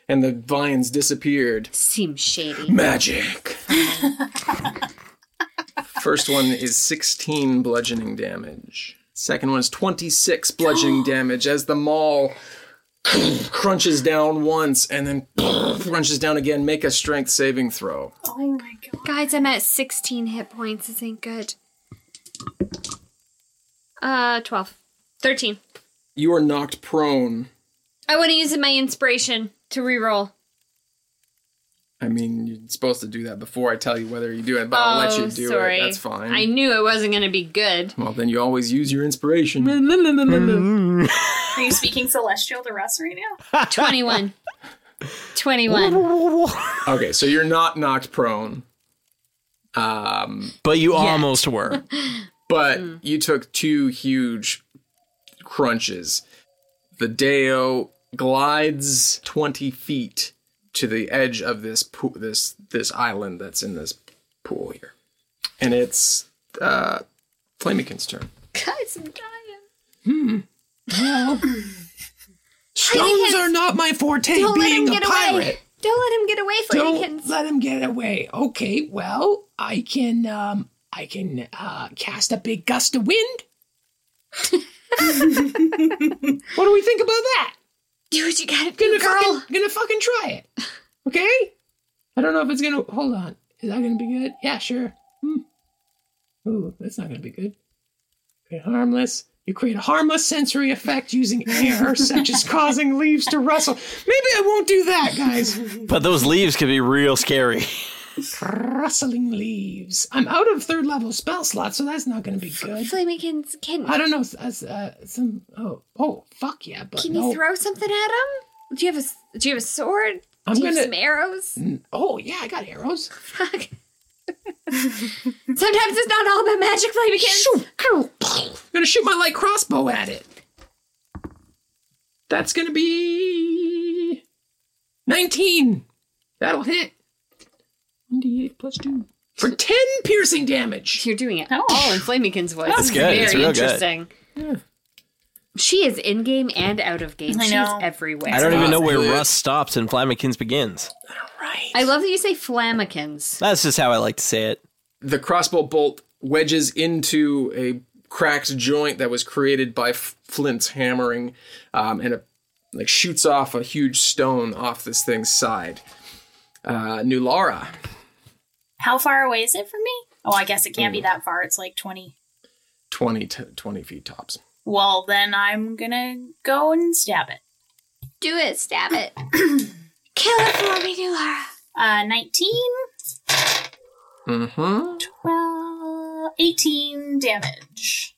[SPEAKER 2] and the vines disappeared.
[SPEAKER 3] Seems shady.
[SPEAKER 2] Magic. First one is 16 bludgeoning damage. Second one is 26 bludgeoning damage as the maul crunches down once and then crunches down again. Make a strength saving throw.
[SPEAKER 5] oh my god.
[SPEAKER 3] Guys, I'm at 16 hit points. This ain't good. Uh, 12. 13.
[SPEAKER 2] You are knocked prone.
[SPEAKER 3] I want to use my inspiration to reroll.
[SPEAKER 2] I mean, you're supposed to do that before I tell you whether you do it, but I'll let
[SPEAKER 3] Oh,
[SPEAKER 2] you do
[SPEAKER 3] sorry.
[SPEAKER 2] it. That's fine.
[SPEAKER 3] I knew it wasn't going to be good.
[SPEAKER 2] well, then you always use your inspiration. Mm-hmm.
[SPEAKER 5] Are you speaking celestial to Russ right now?
[SPEAKER 3] 21. 21.
[SPEAKER 2] Okay, so you're not knocked prone. Um,
[SPEAKER 1] But you almost were.
[SPEAKER 2] but
[SPEAKER 3] Hmm.
[SPEAKER 2] you took two huge crunches. The Deo glides 20 feet to the edge of this pool, this this island that's in this pool here. And it's uh Flamikins' turn.
[SPEAKER 3] Guys, I'm dying.
[SPEAKER 2] Stones are not my forte
[SPEAKER 3] Don't let him
[SPEAKER 2] being a
[SPEAKER 3] get away.
[SPEAKER 2] pirate.
[SPEAKER 3] Don't let him get away,
[SPEAKER 8] Don't
[SPEAKER 3] Flamikins.
[SPEAKER 8] let him get away. Okay, well, I can um I can uh cast a big gust of wind. what do we think about that?
[SPEAKER 3] Do what you gotta
[SPEAKER 8] Gonna
[SPEAKER 3] do, girl.
[SPEAKER 8] fucking gonna fucking try it. Okay? I don't know if it's gonna hold on. Is that gonna be good? Yeah, sure. Hmm. Ooh, that's not gonna be good. Create harmless. You create a harmless sensory effect using air, such as causing leaves to rustle. Maybe I won't do that, guys.
[SPEAKER 1] But those leaves could be real scary.
[SPEAKER 8] rustling leaves. I'm out of third level spell slot, so that's not going to be good.
[SPEAKER 3] Flamikins, can,
[SPEAKER 8] I don't know. s- As, uh, some oh oh fuck yeah, but
[SPEAKER 3] can
[SPEAKER 8] no.
[SPEAKER 3] you throw something at him? Do you have a, s- do you have a sword?
[SPEAKER 8] I'm
[SPEAKER 3] do you
[SPEAKER 8] gonna-
[SPEAKER 3] have some arrows?
[SPEAKER 8] oh yeah, I got arrows.
[SPEAKER 3] Fuck. Sometimes it's not all about magic, Flamikins.
[SPEAKER 8] I'm gonna shoot my light crossbow at it. That's gonna be nineteen. That'll hit. One d eight plus two for ten piercing damage.
[SPEAKER 3] You're doing it all in Flamikins' voice.
[SPEAKER 5] That's
[SPEAKER 3] It's
[SPEAKER 1] good.
[SPEAKER 3] Very
[SPEAKER 1] It's real good.
[SPEAKER 3] interesting. She is in game and out of game.
[SPEAKER 5] I
[SPEAKER 3] She's
[SPEAKER 5] know.
[SPEAKER 3] everywhere.
[SPEAKER 1] I don't even know where
[SPEAKER 2] Good.
[SPEAKER 1] Russ stops and Flamikins begins.
[SPEAKER 3] I love that you say Flamikins.
[SPEAKER 1] That's just how I like to say it.
[SPEAKER 2] the crossbow bolt wedges into a cracked joint that was created by F- Flint's hammering, um, and it like shoots off a huge stone off this thing's side. Uh, New Lara,
[SPEAKER 5] How far away is it from me? Oh, I guess it can't be that far. It's like 20.
[SPEAKER 2] 20, to 20 feet tops.
[SPEAKER 5] Well, then I'm gonna go and stab it.
[SPEAKER 3] Do it. Stab it. Kill it for me, New Lara.
[SPEAKER 5] Uh, 19,
[SPEAKER 2] Mm-hmm.
[SPEAKER 5] 12, 18 damage.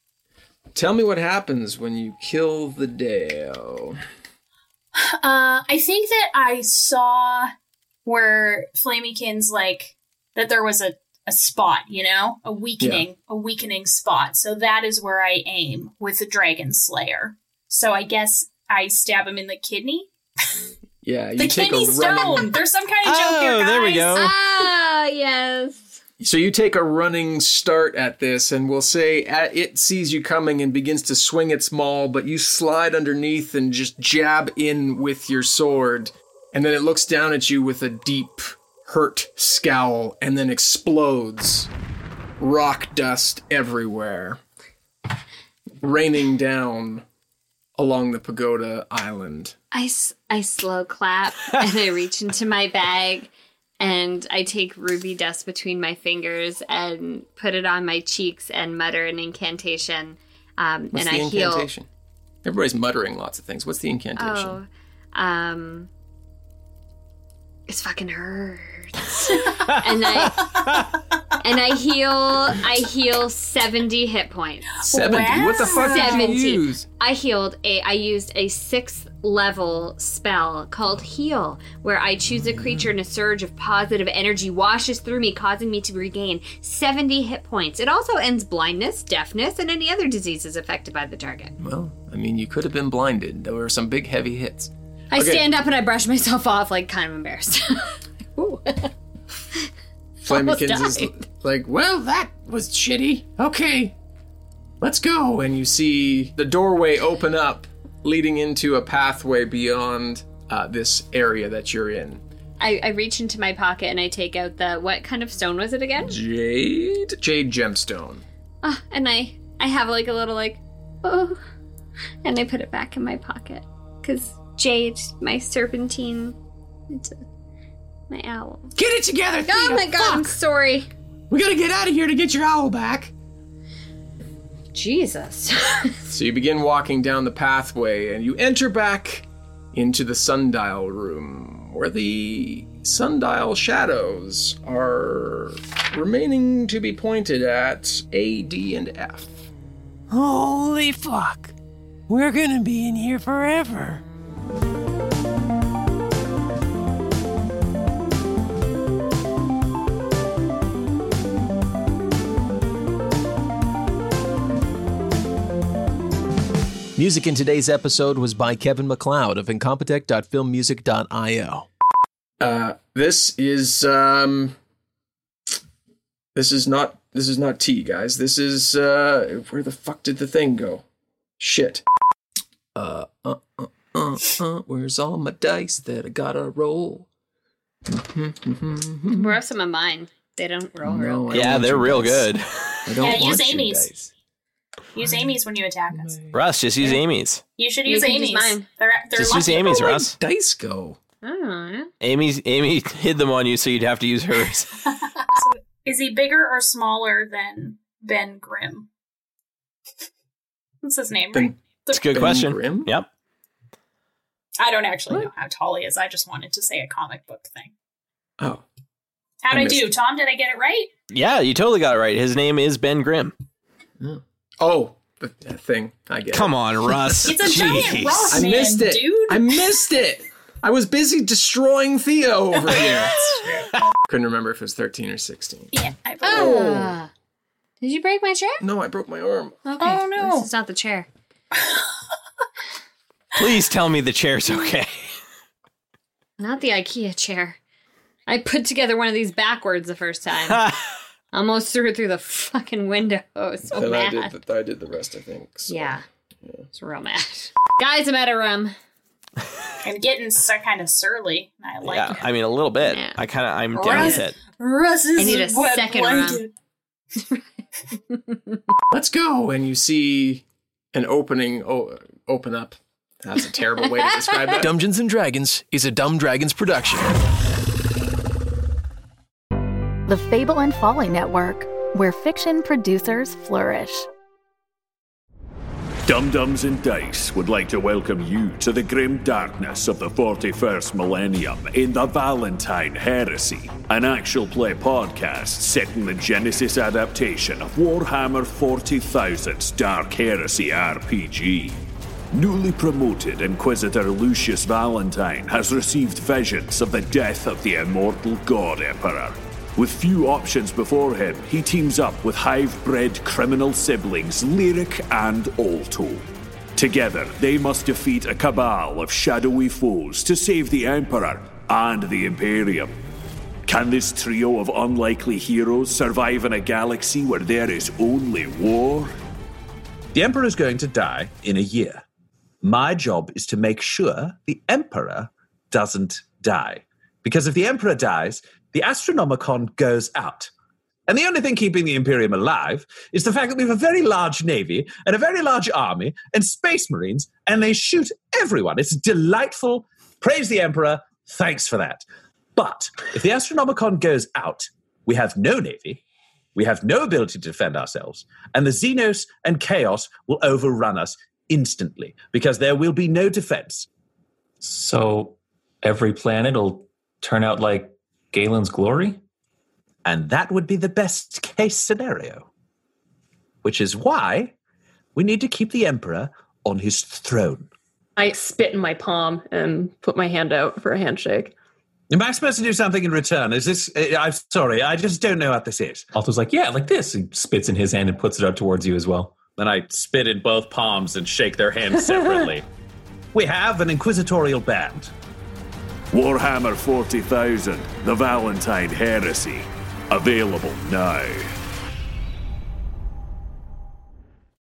[SPEAKER 2] Tell me what happens when you kill the Deo.
[SPEAKER 5] Uh, I think that I saw where Flamykins like that there was a a spot, you know, a weakening, a weakening spot. So that is where I aim with the Dragon Slayer. So I guess I stab him in the kidney.
[SPEAKER 2] Yeah, you
[SPEAKER 5] The
[SPEAKER 2] take
[SPEAKER 5] kidney
[SPEAKER 2] a running.
[SPEAKER 5] stone. There's some kind of joke here,
[SPEAKER 1] Oh,
[SPEAKER 5] guys.
[SPEAKER 1] there we go.
[SPEAKER 3] Ah, yes.
[SPEAKER 2] So you take a running start at this, and we'll say at, it sees you coming and begins to swing its maul, but you slide underneath and just jab in with your sword. And then it looks down at you with a deep, hurt scowl and then explodes. Rock dust everywhere, raining down along the pagoda island.
[SPEAKER 3] I, s- I slow clap and I reach into my bag and I take ruby dust between my fingers and put it on my cheeks and mutter an incantation. Um,
[SPEAKER 2] What's
[SPEAKER 3] and
[SPEAKER 2] the
[SPEAKER 3] I heal.
[SPEAKER 2] incantation? Everybody's muttering lots of things. What's the incantation?
[SPEAKER 3] Oh, um, it's fucking hurts. and I and I heal. I heal seventy hit points.
[SPEAKER 5] Uh,
[SPEAKER 2] 70. What the fuck did you
[SPEAKER 3] 70.
[SPEAKER 2] use?
[SPEAKER 3] I healed a. I used a sixth level spell called Heal, where I choose a creature and a surge of positive energy washes through me, causing me to regain seventy hit points. It also ends blindness, deafness, and any other diseases affected by the target.
[SPEAKER 2] Well, I mean, you could have been blinded. There were some big, heavy hits.
[SPEAKER 3] I stand up and I brush myself off, like kind of embarrassed.
[SPEAKER 2] Flamikins is l- like, well, that was shitty. Okay, let's go. And you see the doorway open up, leading into a pathway beyond uh, this area that you're in.
[SPEAKER 3] I, I reach into my pocket and I take out the what kind of stone was it again?
[SPEAKER 2] Jade? Jade Gemstone.
[SPEAKER 3] Ah, and I I have like a little like oh, and I put it back in my pocket because jade, my serpentine, it's a- my owl.
[SPEAKER 8] Get it together, Theta.
[SPEAKER 3] Oh my god! I'm sorry.
[SPEAKER 8] We gotta get out of here to get your owl back.
[SPEAKER 3] Jesus.
[SPEAKER 2] So you begin walking down the pathway and you enter back into the sundial room where the sundial shadows are remaining to be pointed at A, D, and F.
[SPEAKER 9] Holy fuck. We're gonna be in here forever.
[SPEAKER 10] Music in today's episode was by Kevin McLeod of incompetech.filmmusic.io.
[SPEAKER 2] Uh, this is um, this is not this is not T, guys. This is uh, where the fuck did the thing go? Shit. Uh, uh, uh, uh, uh where's all my dice that I gotta roll?
[SPEAKER 3] We're up some of mine. They don't roll real
[SPEAKER 2] No, I
[SPEAKER 3] good.
[SPEAKER 2] don't
[SPEAKER 1] Yeah,
[SPEAKER 2] want
[SPEAKER 1] they're
[SPEAKER 2] your
[SPEAKER 1] real
[SPEAKER 2] dice.
[SPEAKER 1] good.
[SPEAKER 2] I don't
[SPEAKER 5] Yeah,
[SPEAKER 2] want
[SPEAKER 5] use
[SPEAKER 2] your
[SPEAKER 5] Amy's.
[SPEAKER 2] dice.
[SPEAKER 5] Use Amy's when you attack us.
[SPEAKER 1] Russ, just use Amy's.
[SPEAKER 5] You should
[SPEAKER 3] You
[SPEAKER 5] use
[SPEAKER 3] can use
[SPEAKER 5] Amy's.
[SPEAKER 3] mine.
[SPEAKER 5] They're, they're
[SPEAKER 1] Just use
[SPEAKER 5] lucky.
[SPEAKER 1] Amy's,
[SPEAKER 2] Where'd
[SPEAKER 1] Russ.
[SPEAKER 2] dice go?
[SPEAKER 3] Oh,
[SPEAKER 1] Amy's Amy hid them on you, so you'd have to use hers.
[SPEAKER 5] So, is he bigger or smaller than Ben Grimm? That's his name, right?
[SPEAKER 1] It's a good
[SPEAKER 2] Ben
[SPEAKER 1] question.
[SPEAKER 2] Grimm?
[SPEAKER 1] Yep.
[SPEAKER 5] I don't actually know how tall he is. I just wanted to say a comic book thing.
[SPEAKER 2] Oh,
[SPEAKER 5] How'd
[SPEAKER 2] I
[SPEAKER 5] I,
[SPEAKER 2] missed
[SPEAKER 5] do, Tom? Did I get it right?
[SPEAKER 1] Yeah, you totally got it right. His name is Ben Grimm.
[SPEAKER 2] oh, the the thing. I get.
[SPEAKER 1] Come
[SPEAKER 2] it.
[SPEAKER 1] on, Russ.
[SPEAKER 5] It's a giant rock
[SPEAKER 2] I
[SPEAKER 5] man,
[SPEAKER 2] missed it.
[SPEAKER 5] dude.
[SPEAKER 2] I missed it. I was busy destroying Theo over here. Couldn't remember if it was thirteen or sixteen. Oh,
[SPEAKER 5] yeah, I
[SPEAKER 3] Ah. Did you break my chair?
[SPEAKER 2] No, I broke my arm.
[SPEAKER 3] Okay.
[SPEAKER 5] Oh, no.
[SPEAKER 3] This is not the chair.
[SPEAKER 1] Please tell me the chair's okay.
[SPEAKER 3] Not the IKEA chair. I put together one of these backwards the first time. Almost threw it through the fucking window. I was
[SPEAKER 5] Oh,
[SPEAKER 3] so
[SPEAKER 2] then I
[SPEAKER 3] mad.
[SPEAKER 2] did, the, I did the rest, I think. So.
[SPEAKER 3] yeah. It's real mad. Guys, I'm out of room.
[SPEAKER 5] I'm getting so kind of surly. and I like
[SPEAKER 1] yeah,
[SPEAKER 5] it.
[SPEAKER 1] I mean a little bit.
[SPEAKER 3] Yeah.
[SPEAKER 1] I kind of I'm down with it.
[SPEAKER 5] Russ is
[SPEAKER 3] I need a
[SPEAKER 5] wet
[SPEAKER 3] second
[SPEAKER 5] blanket.
[SPEAKER 3] round.
[SPEAKER 2] Let's go. And you see an opening. Oh, open up. That's a terrible way to describe that.
[SPEAKER 10] Dungeons and Dragons is a Dumb Dragons production.
[SPEAKER 11] The Fable and Folly Network, where fiction producers flourish.
[SPEAKER 12] Dum Dums and Dice would like to welcome you to the grim darkness of the 41st millennium in the Valentine Heresy, an actual play podcast set in the Genesis adaptation of Warhammer 40,000's Dark Heresy RPG. Newly promoted Inquisitor Lucius Valentine has received visions of the death of the immortal God Emperor. With few options before him, he teams up with hive bred criminal siblings Lyric and Alto. Together, they must defeat a cabal of shadowy foes to save the Emperor and the Imperium. Can this trio of unlikely heroes survive in a galaxy where there is only war?
[SPEAKER 7] The Emperor is going to die in a year. My job is to make sure the Emperor doesn't die. Because if the Emperor dies, the Astronomicon goes out. And the only thing keeping the Imperium alive is the fact that we have a very large navy and a very large army and space marines, and they shoot everyone. It's delightful. Praise the Emperor. Thanks for that. But if the Astronomicon goes out, we have no navy, we have no ability to defend ourselves, and the Xenos and Chaos will overrun us instantly because there will be no defense.
[SPEAKER 13] So every planet will turn out like Galen's glory?
[SPEAKER 7] And that would be the best case scenario, which is why we need to keep the Emperor on his throne.
[SPEAKER 14] I spit in my palm and put my hand out for a handshake.
[SPEAKER 7] Am I supposed to do something in return? Is this? eh, I'm sorry, I just don't know what this is.
[SPEAKER 13] Alto's like, yeah, like this. He spits in his hand and puts it out towards you as well.
[SPEAKER 7] Then I spit in both palms and shake their hands separately. we have an inquisitorial band.
[SPEAKER 12] Warhammer 40,000 The Valentine Heresy. Available now.